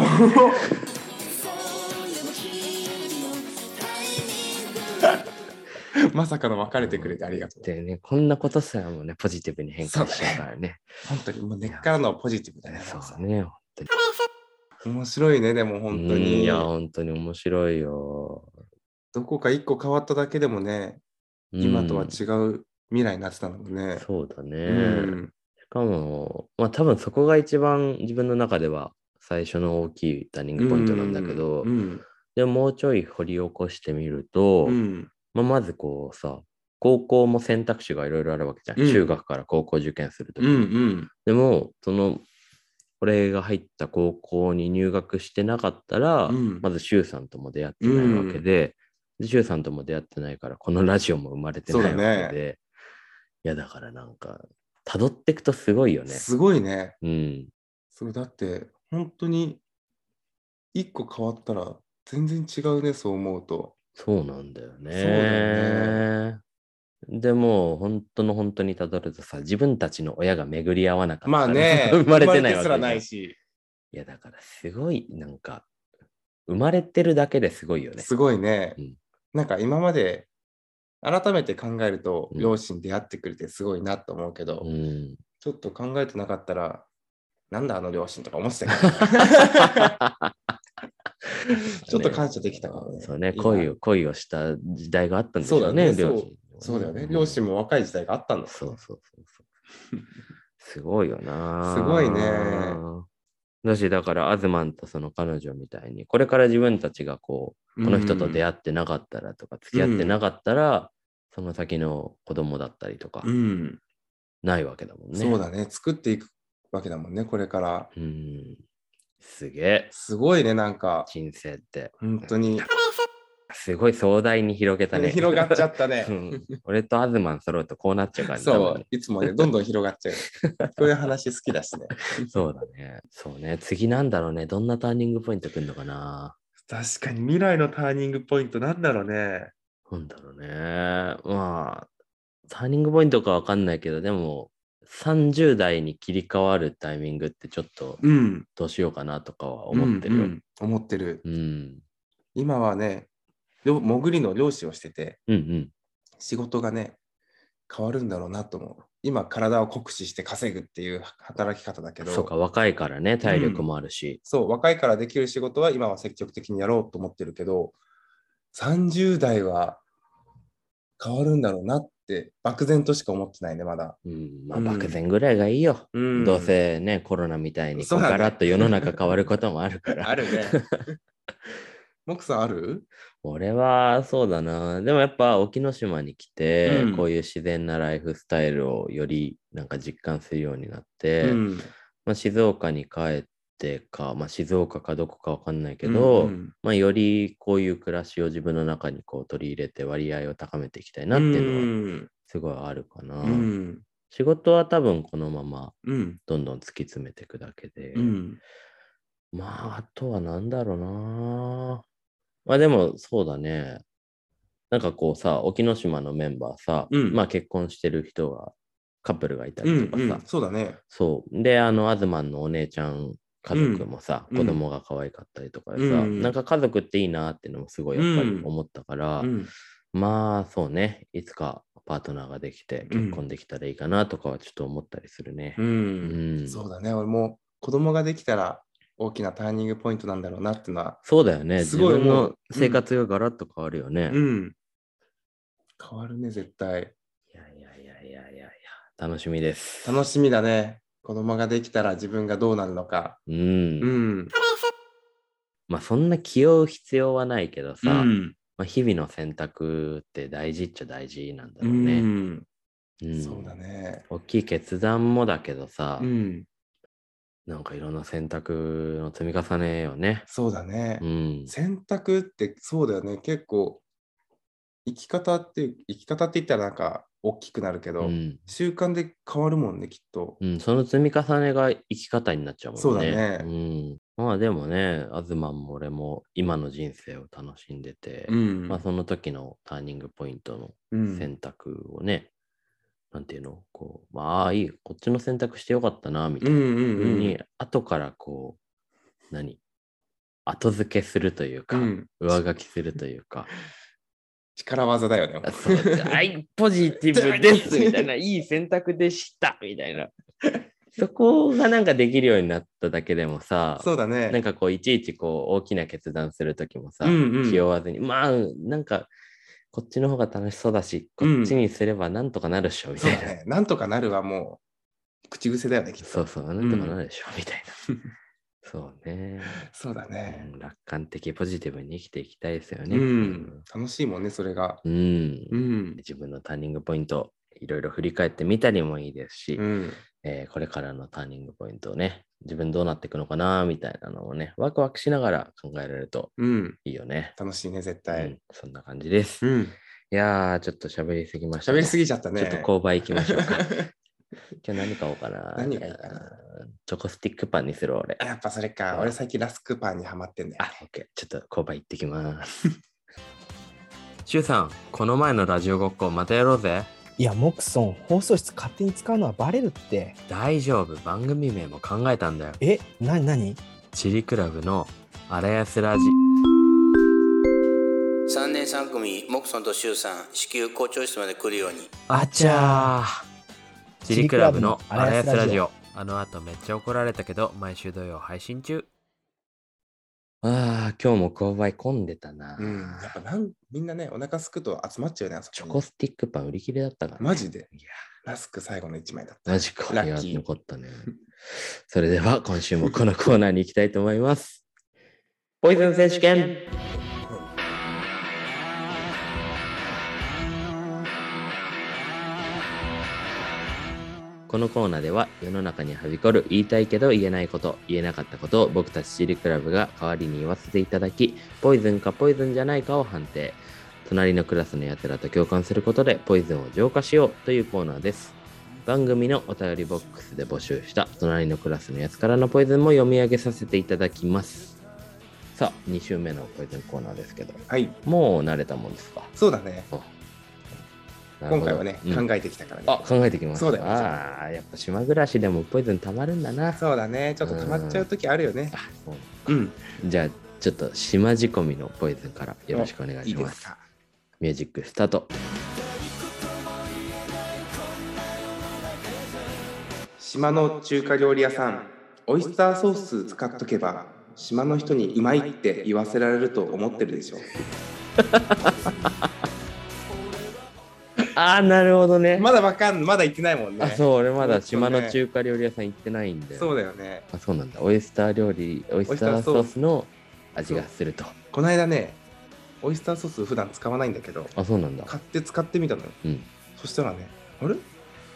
S2: まさかの別れてくれてありがとう。
S1: でね、こんなことすらもね、ポジティブに変換しちゃうからね。
S2: 本当にもう根っからのポジティブだね。
S1: そうね。本当に
S2: 面白いね、でも本当
S1: うんい
S2: に。
S1: や、本当に面白いよ。
S2: どこか一個変わっただけでもね、
S1: うん
S2: 今とは違う未来になってたのもね。
S1: そうだね。
S2: うん
S1: しかも、まあ多分そこが一番自分の中では最初の大きいターニングポイントなんだけど、
S2: うん
S1: でももうちょい掘り起こしてみると、
S2: うん
S1: まあ、まずこうさ、高校も選択肢がいろいろあるわけじゃん。
S2: うん
S1: 中学から高校受験すると
S2: うん
S1: き、
S2: うん
S1: でも、その、俺が入った高校に入学してなかったら、
S2: うん
S1: まず周さんとも出会ってないわけで、で周さんとも出会ってないから、このラジオも生まれてない
S2: そうだね
S1: わけで、いや、だからなんか、辿っていくとすごいよね。
S2: すごいね。
S1: うん。
S2: それだって、本当に一個変わったら全然違うね、そう思うと。
S1: そうなんだよね。
S2: そうだ
S1: でも、本当の本当に辿るとさ、自分たちの親が巡り合わなかったら、
S2: まあね
S1: (laughs) 生まれてないわけじ
S2: 生まれす
S1: ゃ
S2: ら
S1: ん
S2: ないし、
S1: いや、だからすごい、なんか、生まれてるだけですごいよね。
S2: すごいね
S1: うん。
S2: なんか今まで改めて考えると、
S1: うん
S2: 両親出会ってくれてすごいなと思うけど、
S1: うん。
S2: ちょっと考えてなかったら、なんだあの両親とか思ってたけどちょっと感謝できたかもね。
S1: そうね、
S2: 今
S1: 恋を、恋をした時代があったんですよね、
S2: そうだね
S1: 両親。
S2: そうだよね。両親
S1: も。
S2: も若い時代があったんだ。
S1: そうそうそうそう。すごいよな。
S2: すごいね。
S1: だし、だから、アズマンとその彼女みたいに、これから自分たちがこう、この人と出
S2: 会
S1: 会ってなかったらとか、付き合ってなかったら、その先の子供だったりとか
S2: う、ん。
S1: ないわけだもんね。
S2: そうだね。作っていくわけだもんね、これから。
S1: うん。すげえ。
S2: すごいね、なんか、
S1: 人生って。
S2: 本当に
S1: すごい壮大に広げたね。
S2: 広がっちゃった
S1: (laughs)
S2: ね
S1: う。ん、俺とアズマン揃うとこうなっちゃう感じだも
S2: そ
S1: ん
S2: う
S1: ね。、
S2: いつもね、どんどん広がっちゃう。こういう話好きだしね。
S1: そうだね。そうね。次なんだろうね。どんなターニングポイントくんのかな。
S2: 確かに未来のターニングポイントなんだろうね。
S1: なんだろうね。まあ、ターニングポイントかわかんないけど、でも、30代に切り替わるタイミングってちょっと
S2: うん。
S1: どうしようかなとかは思ってる
S2: うん
S1: よ。
S2: うん思ってる。
S1: うん。うん
S2: 今はね、りょ潜りの漁師をしてて、
S1: うん。
S2: 仕事がね、変わるんだろうなと思う。今、体を酷使して稼ぐっていう働き方だけど、
S1: そうか、若いからね、体力もあるし。
S2: そう若いからできる仕事は今は積極的にやろうと思ってるけど、30代は変わるんだろうなって、漠然としか思ってないね、まだ。
S1: うん。まあ、
S2: うん
S1: 漠然ぐらいがいいよ。
S2: うん
S1: どうせね、コロナみたいにこ
S2: そう
S1: う
S2: だね
S1: ガ
S2: (laughs)
S1: ラッと世の中変わることもあるから。
S2: あるね。モクさんある
S1: 俺はそうだな。でもやっぱ沖ノ島に来て、
S2: うん
S1: こういう自然なライフスタイルをよりなんか実感するようになって、
S2: うん
S1: まあ、静岡に帰ってか、まあ、静岡かどこかわかんないけど、
S2: うん
S1: まあ、よりこういう暮らしを自分の中にこう取り入れて割合を高めていきたいなっていうのはすごいあるかな。
S2: うん
S1: 仕事は多分このまま
S2: うん
S1: どんどん突き詰めていくだけで、
S2: うん
S1: まああとは何だろうな。まあでもそうだね。なんかこうさ、沖ノ島のメンバーさ、
S2: うん
S1: まあ結婚してる人が、カップルがいた
S2: う
S1: り
S2: ん
S1: とかさ、
S2: うんそうだね
S1: そう。で、あの、アズマンのお姉ちゃん家族もさ、
S2: うん
S1: 子供が可愛かったりとかでさ、
S2: うん
S1: なんか家族っていいなってのもすごいやっぱり思ったから、
S2: うん
S1: まあそうね、いつかパートナーができて
S2: うん
S1: 結婚できたらいいかなとかはちょっと思ったりするね。
S2: う
S1: うんん。
S2: そうだね俺も子供ができたら大きなターニングポイントなんだろうなってのは
S1: そうだよね。自
S2: すごい
S1: 分
S2: 思う
S1: の生活がガラッと変わるよね。
S2: うん変わるね絶対
S1: いやいやいやいやいやいや、楽しみです。
S2: 楽しみだね子供ができたら自分がどうなるのか
S1: う。
S2: うんん
S1: まあそんな気負う必要はないけどさ、
S2: うん
S1: まあ、日々の選択って大事っちゃ大事なんだ
S2: う
S1: ろうね。
S2: ん
S1: ん
S2: そうだね
S1: 大きい決断もだけどさ、
S2: うん
S1: なんかいろんな選択の積み重ねよね。
S2: そうだね
S1: うん。
S2: 選択ってそうだよね結構生き方って生き方って言ったらなんか大きくなるけ
S1: う
S2: ど、
S1: ん。
S2: 習慣で変わるもんねきっと
S1: うん、その積み重ねが生き方になっちゃうもんね。
S2: そうだね
S1: うん。まあでもね、アズマンも俺も今の人生を楽しんでて、
S2: ん
S1: まあその時のターニングポイントの
S2: うん
S1: 選択をね、なんていうのこう、まあ、ああ、いい、こっちの選択してよかったな、みた
S2: う
S1: い
S2: ん
S1: な
S2: うん
S1: ふ
S2: う
S1: うんに、後からこう、何後付けするという
S2: う
S1: か、
S2: ん、
S1: 上書きするというか、
S2: 力技だよね
S1: あそうはい、ポジティブです、みたいな、いい選択でした、みたいな。 (laughs) そこがなんかできるようになっただけでもさ、
S2: (laughs) そうだね
S1: なんかこう、いちいちこう、大きな決断するときもさ、
S2: うんうん
S1: 気負わずに、まあ、なんか、こっちの方が楽しそうだし、こっちにすればなんとかなるっしょ、み
S2: そ
S1: た
S2: う
S1: い
S2: だ
S1: な。
S2: ねなんとかなるはもう口癖だよねきっと
S1: そうそう、なんとかなるでしょ、みたいな。そうね、
S2: そうだね
S1: うん楽観的、ポジティブに生きていきたいですよ
S2: う
S1: ね。
S2: ん楽しいもんねそれが
S1: うん。うん
S2: うん
S1: 自分のターニングポイント、いろいろ振り返ってみたりもいいですし、
S2: うん
S1: えーこれからのターニングポイントをね、自分どうなっていくのかな、みたいなのをね、ワクワクしながら考えられると
S2: うん
S1: いいよね。
S2: 楽しいね絶
S1: う
S2: 対
S1: ん、そんな感じです。
S2: う
S1: い
S2: ん
S1: やー、ちょっと喋りすぎました、
S2: 喋りすぎちゃったね
S1: ちょっと購買行きましょ (laughs) うか。今日何買おうかな。
S2: 何がいいかな
S1: チョコスティックパンにする俺。
S2: やっぱそれか俺最近ラスクパンにはまってんだよ
S1: あ、オッケー。ちょっと購買行ってきます。 (laughs) シュウさん、この前のラジオごっこまたやろうぜ。
S3: いや、モクソン、放送室勝手に使うのはバレるって。
S1: 大丈夫、番組名も考えたんだよ。
S3: え、なになに
S1: チリクラブのアラヤスラジ。
S4: 3年3組モクソンとシュウさん至急校長室まで来るように
S1: あちゃーチ
S3: チ
S1: リ
S3: リ
S1: ク
S3: ク
S1: ラ
S3: ラ
S1: ブ
S3: ブ
S1: の
S3: の
S1: ア
S3: ア
S1: ラ
S3: ラ
S1: ヤ
S3: ヤ
S1: ス
S3: ス
S1: ラ
S3: ラ
S1: ジ
S3: ジ
S1: オ。あの後めっちゃ怒られたけど、毎週土曜配信中。ああ、今日も購買混んでたな、
S2: うんやっぱなんみんなねお腹すくと集まっちゃうよねあそこ
S1: チョ
S2: に
S1: コスティックパン売り切れだったから、ね。
S2: マジで
S1: いや
S2: ラスク最後の一枚だった
S1: マジか。
S2: ラ
S1: いや
S2: ッキー
S1: 残ったね。 (laughs) それでは今週もこのコーナーに行きたいと思います。ポイズン選手権このコーナーでは世の中にはびこる言いたいけど言えないこと言えなかったことを僕たちシリクラブが代わりに言わせていただきポイズンかポイズンじゃないかを判定隣のクラスのやつらと共感することでポイズンを浄化しようというコーナーです番組のお便りボックスで募集した隣のクラスのやつからのポイズンも読み上げさせていただきますさあ2週目のポイズンコーナーですけど
S2: はい
S1: もう慣れたもんですか
S2: そうだね
S1: なる
S2: 今
S1: ほど
S2: 回はね、
S1: うん
S2: 考えてきたからね
S1: あ考えてきます
S2: そうだよ
S1: ああやっぱ島暮らしでもポイズンたまるんだな
S2: そうだねちょっと溜まっちゃう時あるよね
S1: あそう
S2: うん
S1: じゃあちょっと島仕込みのポイズンからよろしくお願い
S2: いい
S1: し
S2: で
S1: ます
S2: すか
S1: ミュージックスタート
S2: 島の中華料理屋さんオイスターソース使っとけば島の人にうまいって言わせられると思ってるでしょ
S1: ああなるほどね、
S2: (laughs) まだわかんまだ行ってないもんね
S1: あそう俺まだ
S2: ちょっ
S1: 島
S2: とね
S1: の中華料理屋さん行ってないんで
S2: そうだよね
S1: あそうなんだオイスター料理オイス
S2: イス
S1: タ
S2: タ
S1: ー
S2: ー
S1: ソ
S2: ソ
S1: ー
S2: ース
S1: スの味がすると。
S2: この間ねオイスターソース普段使わないんだけど
S1: あ、そうなんだ。
S2: 買って使ってみたのよ
S1: うん。
S2: そしたらねあれ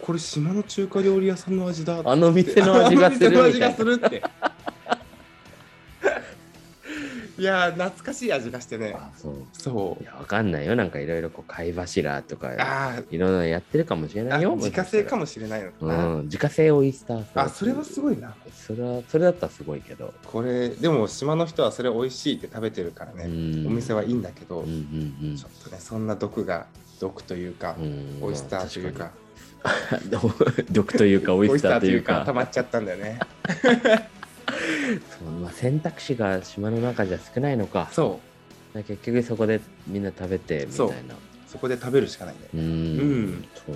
S2: これ島の中華料理屋さんの味だ
S1: あの店の味がする
S2: あの
S1: み
S2: 店の味
S1: た
S2: が
S1: い
S2: す
S1: な。
S2: るって (laughs) いやー懐かしい味がしてね
S1: あ、そう。
S2: そ
S1: いうや、わかんないよ。なんかいろいろこう貝柱とか、
S2: あー
S1: いろんなのやってるかもしれ
S2: あ
S1: ないよ。
S2: 自家製か
S1: も
S2: もしれないの
S1: し
S2: か
S1: れない。
S2: な
S1: うん、自家製オイスターソース。
S2: あそれはすごいな
S1: それは、それだったらすごいけど。
S2: これでも島の人はそれ美味しいって食べてるからね、
S1: うん
S2: お店はいいんだけど、
S1: うんうん
S2: ちょっとねそんな毒が毒というか、
S1: うん。うん
S2: オイスターという
S1: ま
S2: か,、。
S1: あ確かに (laughs) 毒というか、オイスターという
S2: 溜
S1: か。
S2: まっちゃったんだよね
S1: そうまあ、選択肢が島の中じゃ少ないのか。
S2: (laughs) そ
S1: だから結局そこでみんな食べてみたいな。
S2: うそこで食べるしかないね
S1: うー
S2: うん
S1: ん。そう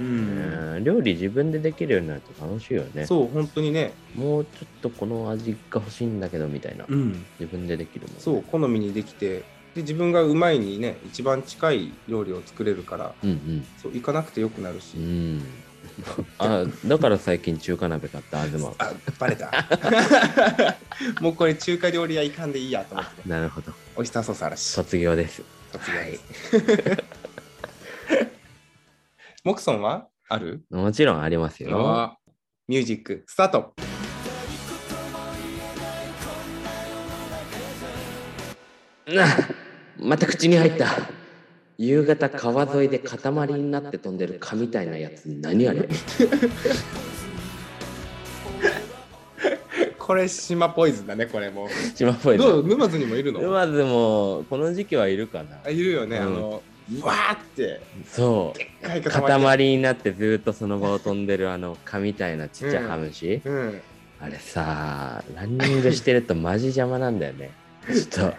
S2: うん、
S1: ね料理自分でできるようになると楽しいよね。
S2: そう本当にね、
S1: もうちょっとこの味が欲しいんだけどみたいな。
S2: うん、
S1: 自分でできるもんね。
S2: そう好みにできてで自分がうまいにね一番近い料理を作れるから
S1: うん
S2: そう行かなくてよくなる
S1: う
S2: し、
S1: ん。うん。あだから最近中華鍋買った東
S2: あバ (laughs) レたもうこれ中華料理屋行かんでいいやと思って
S1: なるほど
S2: オイスターソース嵐
S1: 卒業です
S2: 卒業です。モクソンはある
S1: もちろんありますよ
S2: ミュージックスタート
S1: なあまた口に入った夕方川沿いで塊になって飛んでる蚊みたいなやつ何あれ
S2: これ島ポイズンだねこれも
S1: 島っぽいな
S2: (laughs) どう沼津にもいるの
S1: まずもこの時期はいるかな
S2: あいるよね、
S1: うん
S2: あのわーって
S1: そ
S2: でっかいう塊
S1: 塊になってずっとその場を飛んでるあの蚊みたいなちっちゃいハムシ、
S2: うん
S1: あれさランニングしてるとマジ邪魔なんだ
S2: (laughs)
S1: よねちょっと、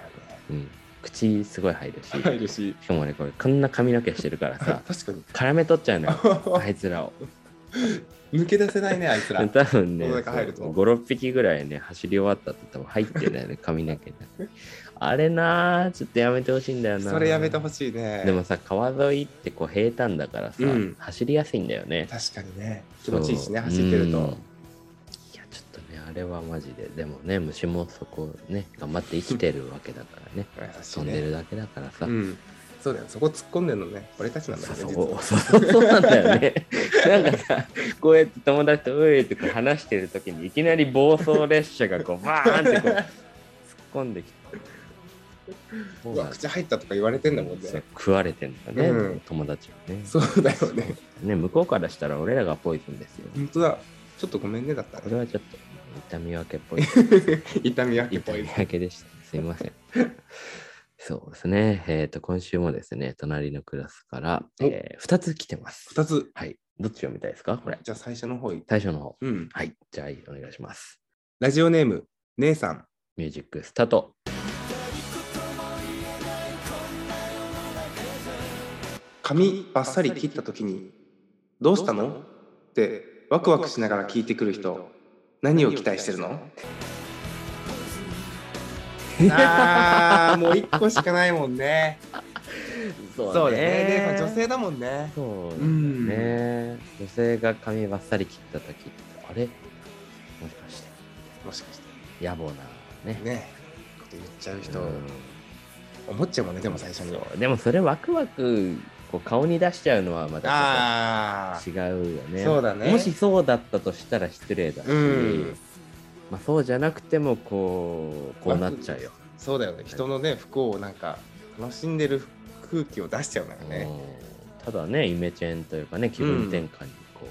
S1: うん、口すごい入るし
S2: 入るし
S1: しかもねこれこんな髪の毛してるからさ
S2: 確かに
S1: 絡め取っちゃうのよ
S2: (laughs)
S1: あいつらを
S2: 抜け出せないねあい
S1: (laughs)
S2: つら
S1: 多分ね
S2: この中入ると
S1: 56匹ぐらいね走り終わったと多分入ってんだよね髪の毛にあれなあちょっとやめてほしいんだよな
S2: それやめてほ
S1: し
S2: しいね
S1: でもさ川沿いってこう平坦だからさ、
S2: うん
S1: 走りやすいんだよね
S2: 確かにね気持ちいいしね
S1: そう
S2: 走ってる
S1: うんい
S2: と
S1: やちょっとねあれはマジででもね虫もそこね頑張って生きてるわけだから
S2: (laughs)
S1: ね
S2: 優しい
S1: 飛んで
S2: ね
S1: るだけだからさ、
S2: うんそうだよそこ突っ込んでるのね俺たちなんだ
S1: そう
S2: ね実
S1: そ
S2: は
S1: うそうそうそうなんだよ
S2: (laughs)
S1: ね。なんかさ、こうやって友達と「うい」とか話してる時にいきなり暴走列車がこうバーンってこう突っ込んできて。
S2: うわ口入ったとか言われてんだもん
S1: そう
S2: ね
S1: 食われてんだね、
S2: うん
S1: 友達はね
S2: そうだよね
S1: ね。向こうからしたら俺らがポイズンですよ。
S2: 本当だ。ちょっとごめんねだった
S1: こ
S2: ね。
S1: れはちょっと痛み分けっぽい。
S2: 痛み分けっ
S1: 痛
S2: ぽ
S1: み
S2: い。
S1: 分けでした。すいません。そうですね。えっ、と、今週もですね、隣のクラスから、
S2: お
S1: え2つ来てます。
S2: 二つ。
S1: はい。どっち読みたいですかこれ。
S2: じゃあ最初の方い。
S1: 最初の方。
S2: うん。
S1: はい。じゃあ、お願いします。
S2: ラジオネーム、姉さん。
S1: ミュージックスタート。
S2: 髪バッサリ切った時に、どうしたのってワクワクしながら聞いてくる人、何を期待してるの (laughs) あー、もう一個しかないもんね。そうだね。姉さん女性だもんね。
S1: そうなんだよね。女性が髪ばっさり切った時あれもしかして、
S2: もしかし
S1: 野暮なね。
S2: て。ね。こと言っちゃう人、
S1: うん
S2: 思っちゃうもんね、でも最初に。
S1: そうでもそれワクワクこう顔に出しちゃうのはまた
S2: あ
S1: ちょっと違うよね。
S2: そうだね
S1: もしそうだったとしたら失礼だし、
S2: うん
S1: まあ、そうじゃなくてもこうこうなっちゃうよ。
S2: ー、そうだよね。人のね、不幸をなんか、楽しんでる空気を出しちゃうのよね。
S1: うんただねイメチェンというかね気分転換にこう、
S2: うん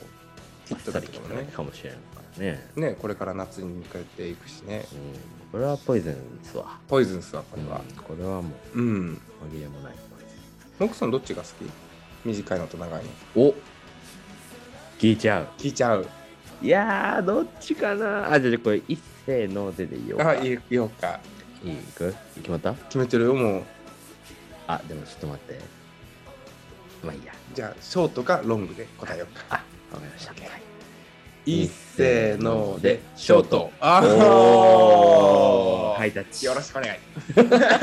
S1: あっさり切っただけかもしれないからね、
S2: ね、これから夏に向かっていくしね。
S1: うん、これはポイズンですわ
S2: ポイズンスはこれ
S1: うん
S2: は。
S1: これはも
S2: うん。
S1: う紛れもないポイ
S2: モクさんどっちが好き短いのと長いの。
S1: ズンお聞いちゃう
S2: 聞いちゃう。
S1: いやーどっちかなあじゃあこれ一斉のででいいよ
S2: あ、いいようか。
S1: いいいく決まった
S2: 決めてるよ、もう。
S1: あでもちょっと待ってまあいいや
S2: じゃあ、ショートかロングで答えようか。
S1: あわかりました、はい
S2: いっせーので、
S1: ショート。
S2: あ
S1: おーハ
S2: は
S1: イ
S2: い。
S1: タッチ
S2: よろしくお願い。
S1: い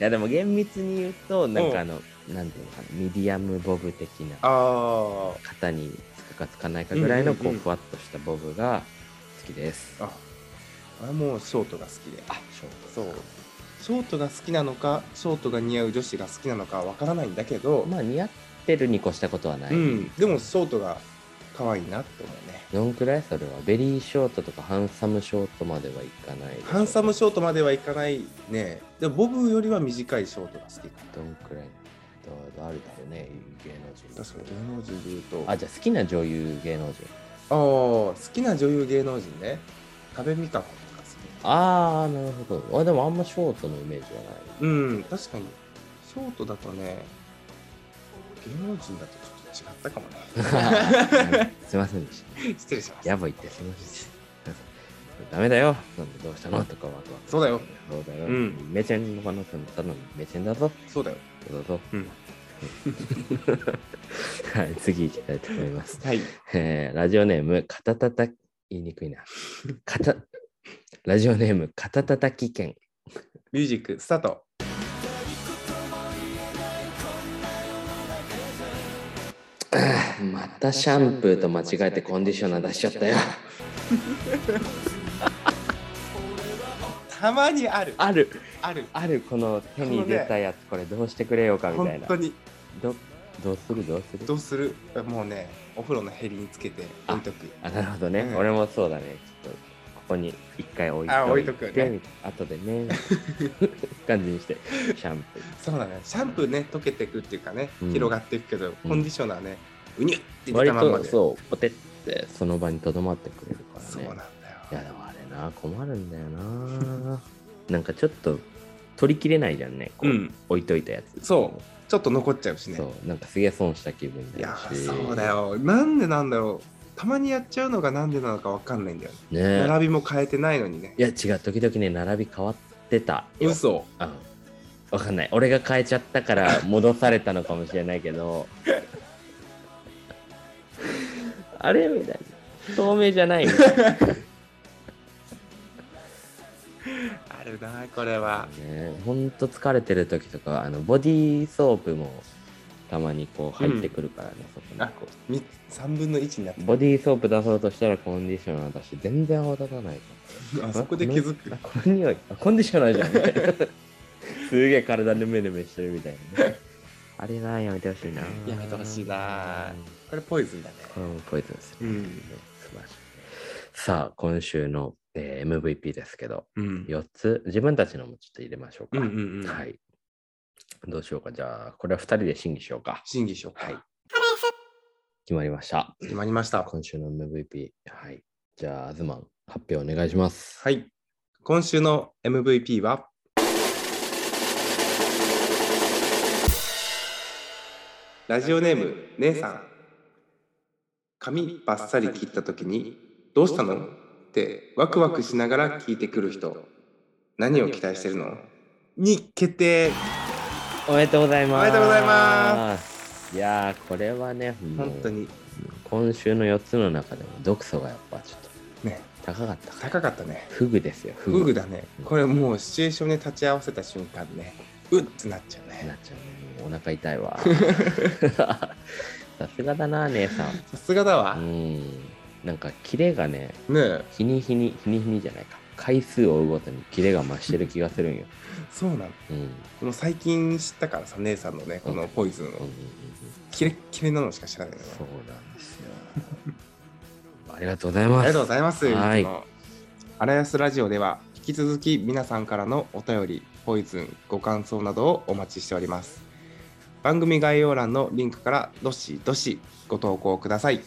S1: やでも厳密に言うとなんかあの、なんていうのかなミディアムボブ的な
S2: あ
S1: 肩につくかつかないかぐらいのこ
S2: うんうん
S1: う
S2: うん
S1: ふわっとしたボブが好きです。
S2: ーあ。俺はもうショートが好きで
S3: あ、ショー
S2: そうショートが好きなのかショートが似合う女子が好きなのかわからないんだけど、
S1: まあ似合ってるに越したことはない。
S2: うん、でもショートが可愛いなって思うね
S1: どんくらいそれはベリーショートとかハンサムショートまではいかないでしょ
S2: ハンサムショートまではいかないねでもボブよりは短いショートが好きか
S1: どんくらいだ誰だろうね芸能人
S2: な確かに芸能人で言うと
S1: あじゃあ好きな女優芸能人
S2: あー好きな女優芸能人ね多部未華子とか好
S1: ああなるほどあでもあんまショートのイメージはない
S2: きうん確かにショートだとね芸能人だとちょっと違ったかもね
S1: すいませんでし
S2: (laughs) 失礼しました
S1: やばいってすいませんでしたダメだよなんでどうしたのとかわくわく
S2: そうだよ
S1: そうだよ、
S2: うん
S1: 目線の可能性もただの目線だぞ
S2: そうだよ
S1: どうぞ、
S2: うん
S1: (laughs) はい次行きたいと思います
S2: はい
S1: えーラジオネーム、かたたた、言いにくいな。かた、ラジオネーム、かたたたきけん。
S2: ミュージックスタート
S1: またシャンプーと間違えてコンディショナー出しちゃったよ。
S2: たまにある
S1: ある、
S2: ある
S1: ある、この手に入れたやつ、これどうしてくれようかみたい
S2: 本
S1: な。
S2: 当に
S1: どどうするどうする
S2: どうするもうねお風呂のへりにつけて置いとく
S1: あ、なるほどね、
S2: うん
S1: 俺もそうだね。ちょっと、ここに一回置い
S2: あ置い
S1: と
S2: と
S1: い
S2: く
S1: て、
S2: よね
S1: みたいな後で
S2: (laughs)
S1: ね、感じにして、シャンプー。
S2: そうだねシャンプーね溶けていくっていうかね、
S1: うん
S2: 広がっていくけどコンディショナーねうにゅって (laughs) 出
S1: 割
S2: たまんま
S1: と
S2: で
S1: そう、ポテってその場にとどまってくれるからね。
S2: そうなんだよ
S1: いやでもあれな困るんだよな (laughs) なんかちょっと取りきれないじゃんねこう、
S2: うん
S1: 置いといたやつ
S2: そうちょっと残っちゃうしね
S1: そうなんかすげえ損した気分に
S2: い
S1: な
S2: や
S1: るし
S2: そうだよなんでなんだろうたまにやっちゃうのがなんでなのかわかんないんだよね
S1: ね
S2: 並びも変えてないのにね
S1: いや違う時々ね並び変わってたよ
S2: 嘘
S1: あのわかんない俺が変えちゃった
S2: (laughs)
S1: から戻されたのかもしれないけどあれみたいな透明じゃないみたいな、
S2: あるなこれは (laughs)
S1: ね、ほんと疲れてる時とかあのボディーソープもたまにこう入ってくるからね、そこに
S2: あ
S1: こう
S2: み3分の1になって
S1: ボディーソープ出そうとしたらコンディショナーだし、全然泡立たないから。
S2: あそこで気づく
S1: あこの匂い。あコンディショナーじゃんみたいな。
S2: (laughs)
S1: すげえ体ぬめぬめしてるみたいなね。あれな、やめてほしいな。
S2: やめてほしいなこれポイズンだね
S1: これもポイズンですね。
S2: うん
S1: 素晴らしい。さあ、今週の、えー MVP ですけど、
S2: うん
S1: 4つ、自分たちのもちょっと入れましょう
S2: う
S1: か。
S2: んうんうん
S1: はい。どうしようか。じゃあ、これは2人で審議しようか。
S2: 審議しようか
S1: はい決まりました。
S2: 決まりました
S1: 今週の MVP。はい。じゃあ、アズマン、発表お願いします。
S2: はい。今週の MVP はラジオネーム、姉さん。髪バッサリ切った時に、どうしたのってワクワクしながら聞いてくる人。何を期待してるのに決定
S1: おめでとうございます。。
S2: おめでとうございます
S1: いやー、これはね、もう
S2: 本当に
S1: 今週の4つの中でも、毒素がやっぱちょっと
S2: ね、
S1: 高かったから。
S2: 高かったね。
S1: フグですよ、フ
S2: フグだね。これもうシチュエーションに立ち合わせた瞬間ね、うっってなっちゃうね
S1: な。っちゃうね。もうお腹痛い (laughs) わ。さすがだな、姉さん。
S2: さすがだ
S1: う
S2: わ。
S1: ん。なんか、キレがね、
S2: ねえ
S1: 日に日に、日に日にじゃないか。回数を追うごとにキレが増してる気がするんよ。
S2: そうなの。
S1: うん。うん
S2: この最近知ったからさ姉さんのねこのポイズン
S1: うんう
S2: を
S1: ん
S2: キレッキレなのしか知らないのよ
S1: そうなんですよ。 (laughs) ありがとうございます。
S2: ありがとうございます
S1: はい
S2: つもアラヤスラジオでは引き続き皆さんからのお便りポイズンご感想などをお待ちしております番組概要欄のリンクからどしどしご投稿ください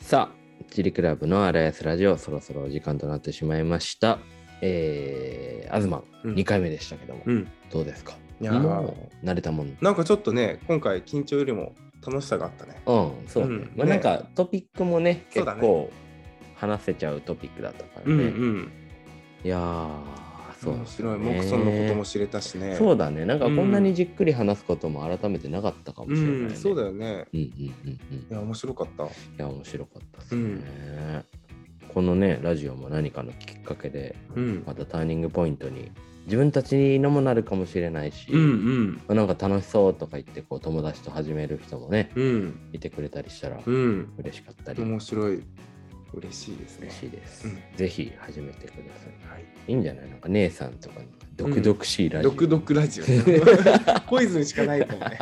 S1: さあ、チリクラブのアラヤスラジオ、そろそろお時間となってしまいました。えー、アズマン、
S2: うん
S1: 2回目でしたけども、
S2: うん
S1: どうですか
S2: いやー
S1: もう慣れたもん。
S2: なんかちょっとね今回緊張よりも楽しさがあったね
S1: うん、そうね。
S2: うん
S1: まあ、
S2: ね
S1: なんかトピックもね、
S2: そ
S1: 結
S2: うだね
S1: 構話せちゃうトピックだったからね。
S2: うんうん
S1: いやー、そう、
S2: 面白いモクソンのことも知れたしね
S1: そうだね。なんかこんなにじっくり話すことも改めてなかったかもしれない、ね
S2: うんそうだよね
S1: うんうんうんうん。
S2: いや面白かった
S1: いや面白かったですね、このねラジオも何かのきっかけで
S2: うん
S1: またターニングポイントに自分たちのもなるかもしれないし、
S2: うんうん
S1: なんか楽しそうとか言ってこう友達と始める人もね
S2: うん
S1: いてくれたりしたら
S2: うん
S1: 嬉しかったり、
S2: 面白い嬉しいですね
S1: 嬉。しいです。
S2: うん
S1: ぜひ始めてください。
S2: はい。
S1: いいんじゃないのか姉さんとかに毒々しいラジオ、
S2: (laughs) 独独ラジオ。 (laughs) ポイズンしかないかもね。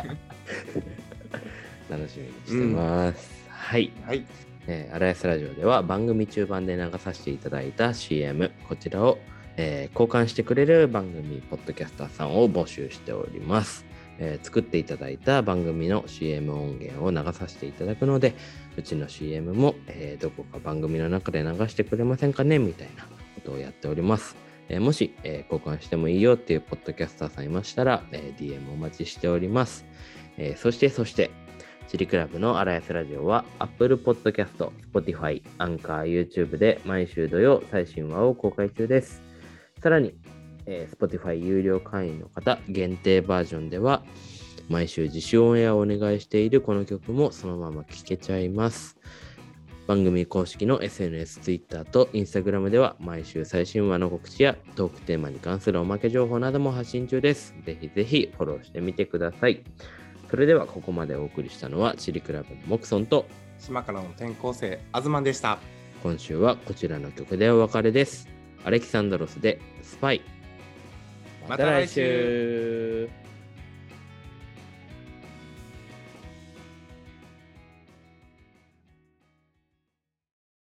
S1: 楽しみにしてます。はい。
S2: はい。
S1: えー、アライスラジオでは番組中盤で流させていただいた CM こちらを、えー交換してくれる番組ポッドキャスターさんを募集しております、えー作っていただいた番組の CM 音源を流させていただくのでうちの CM も、えーどこか番組の中で流してくれませんかねみたいなことをやっておりますえーもし、えー交換してもいいよっていうポッドキャスターさんいましたら、えー DM お待ちしております。えーそして、そして、チリクラブのアラヤスラジオは Apple Podcast、Spotify、Anchor、YouTube で毎週土曜最新話を公開中です。さらに、えー Spotify 有料会員の方限定バージョンでは毎週自主オンエアをお願いしているこの曲もそのまま聴けちゃいます。番組公式の SNS、Twitter と Instagram では毎週最新話の告知やトークテーマに関するおまけ情報なども発信中です。ぜひぜひフォローしてみてください。それではここまでお送りしたのはチリクラブのモクソンと
S2: 島からの転校生、アズマンでした。
S1: 今週はこちらの曲でお別れです。アレキサンドロスでスパイ。
S2: また来週
S1: また来週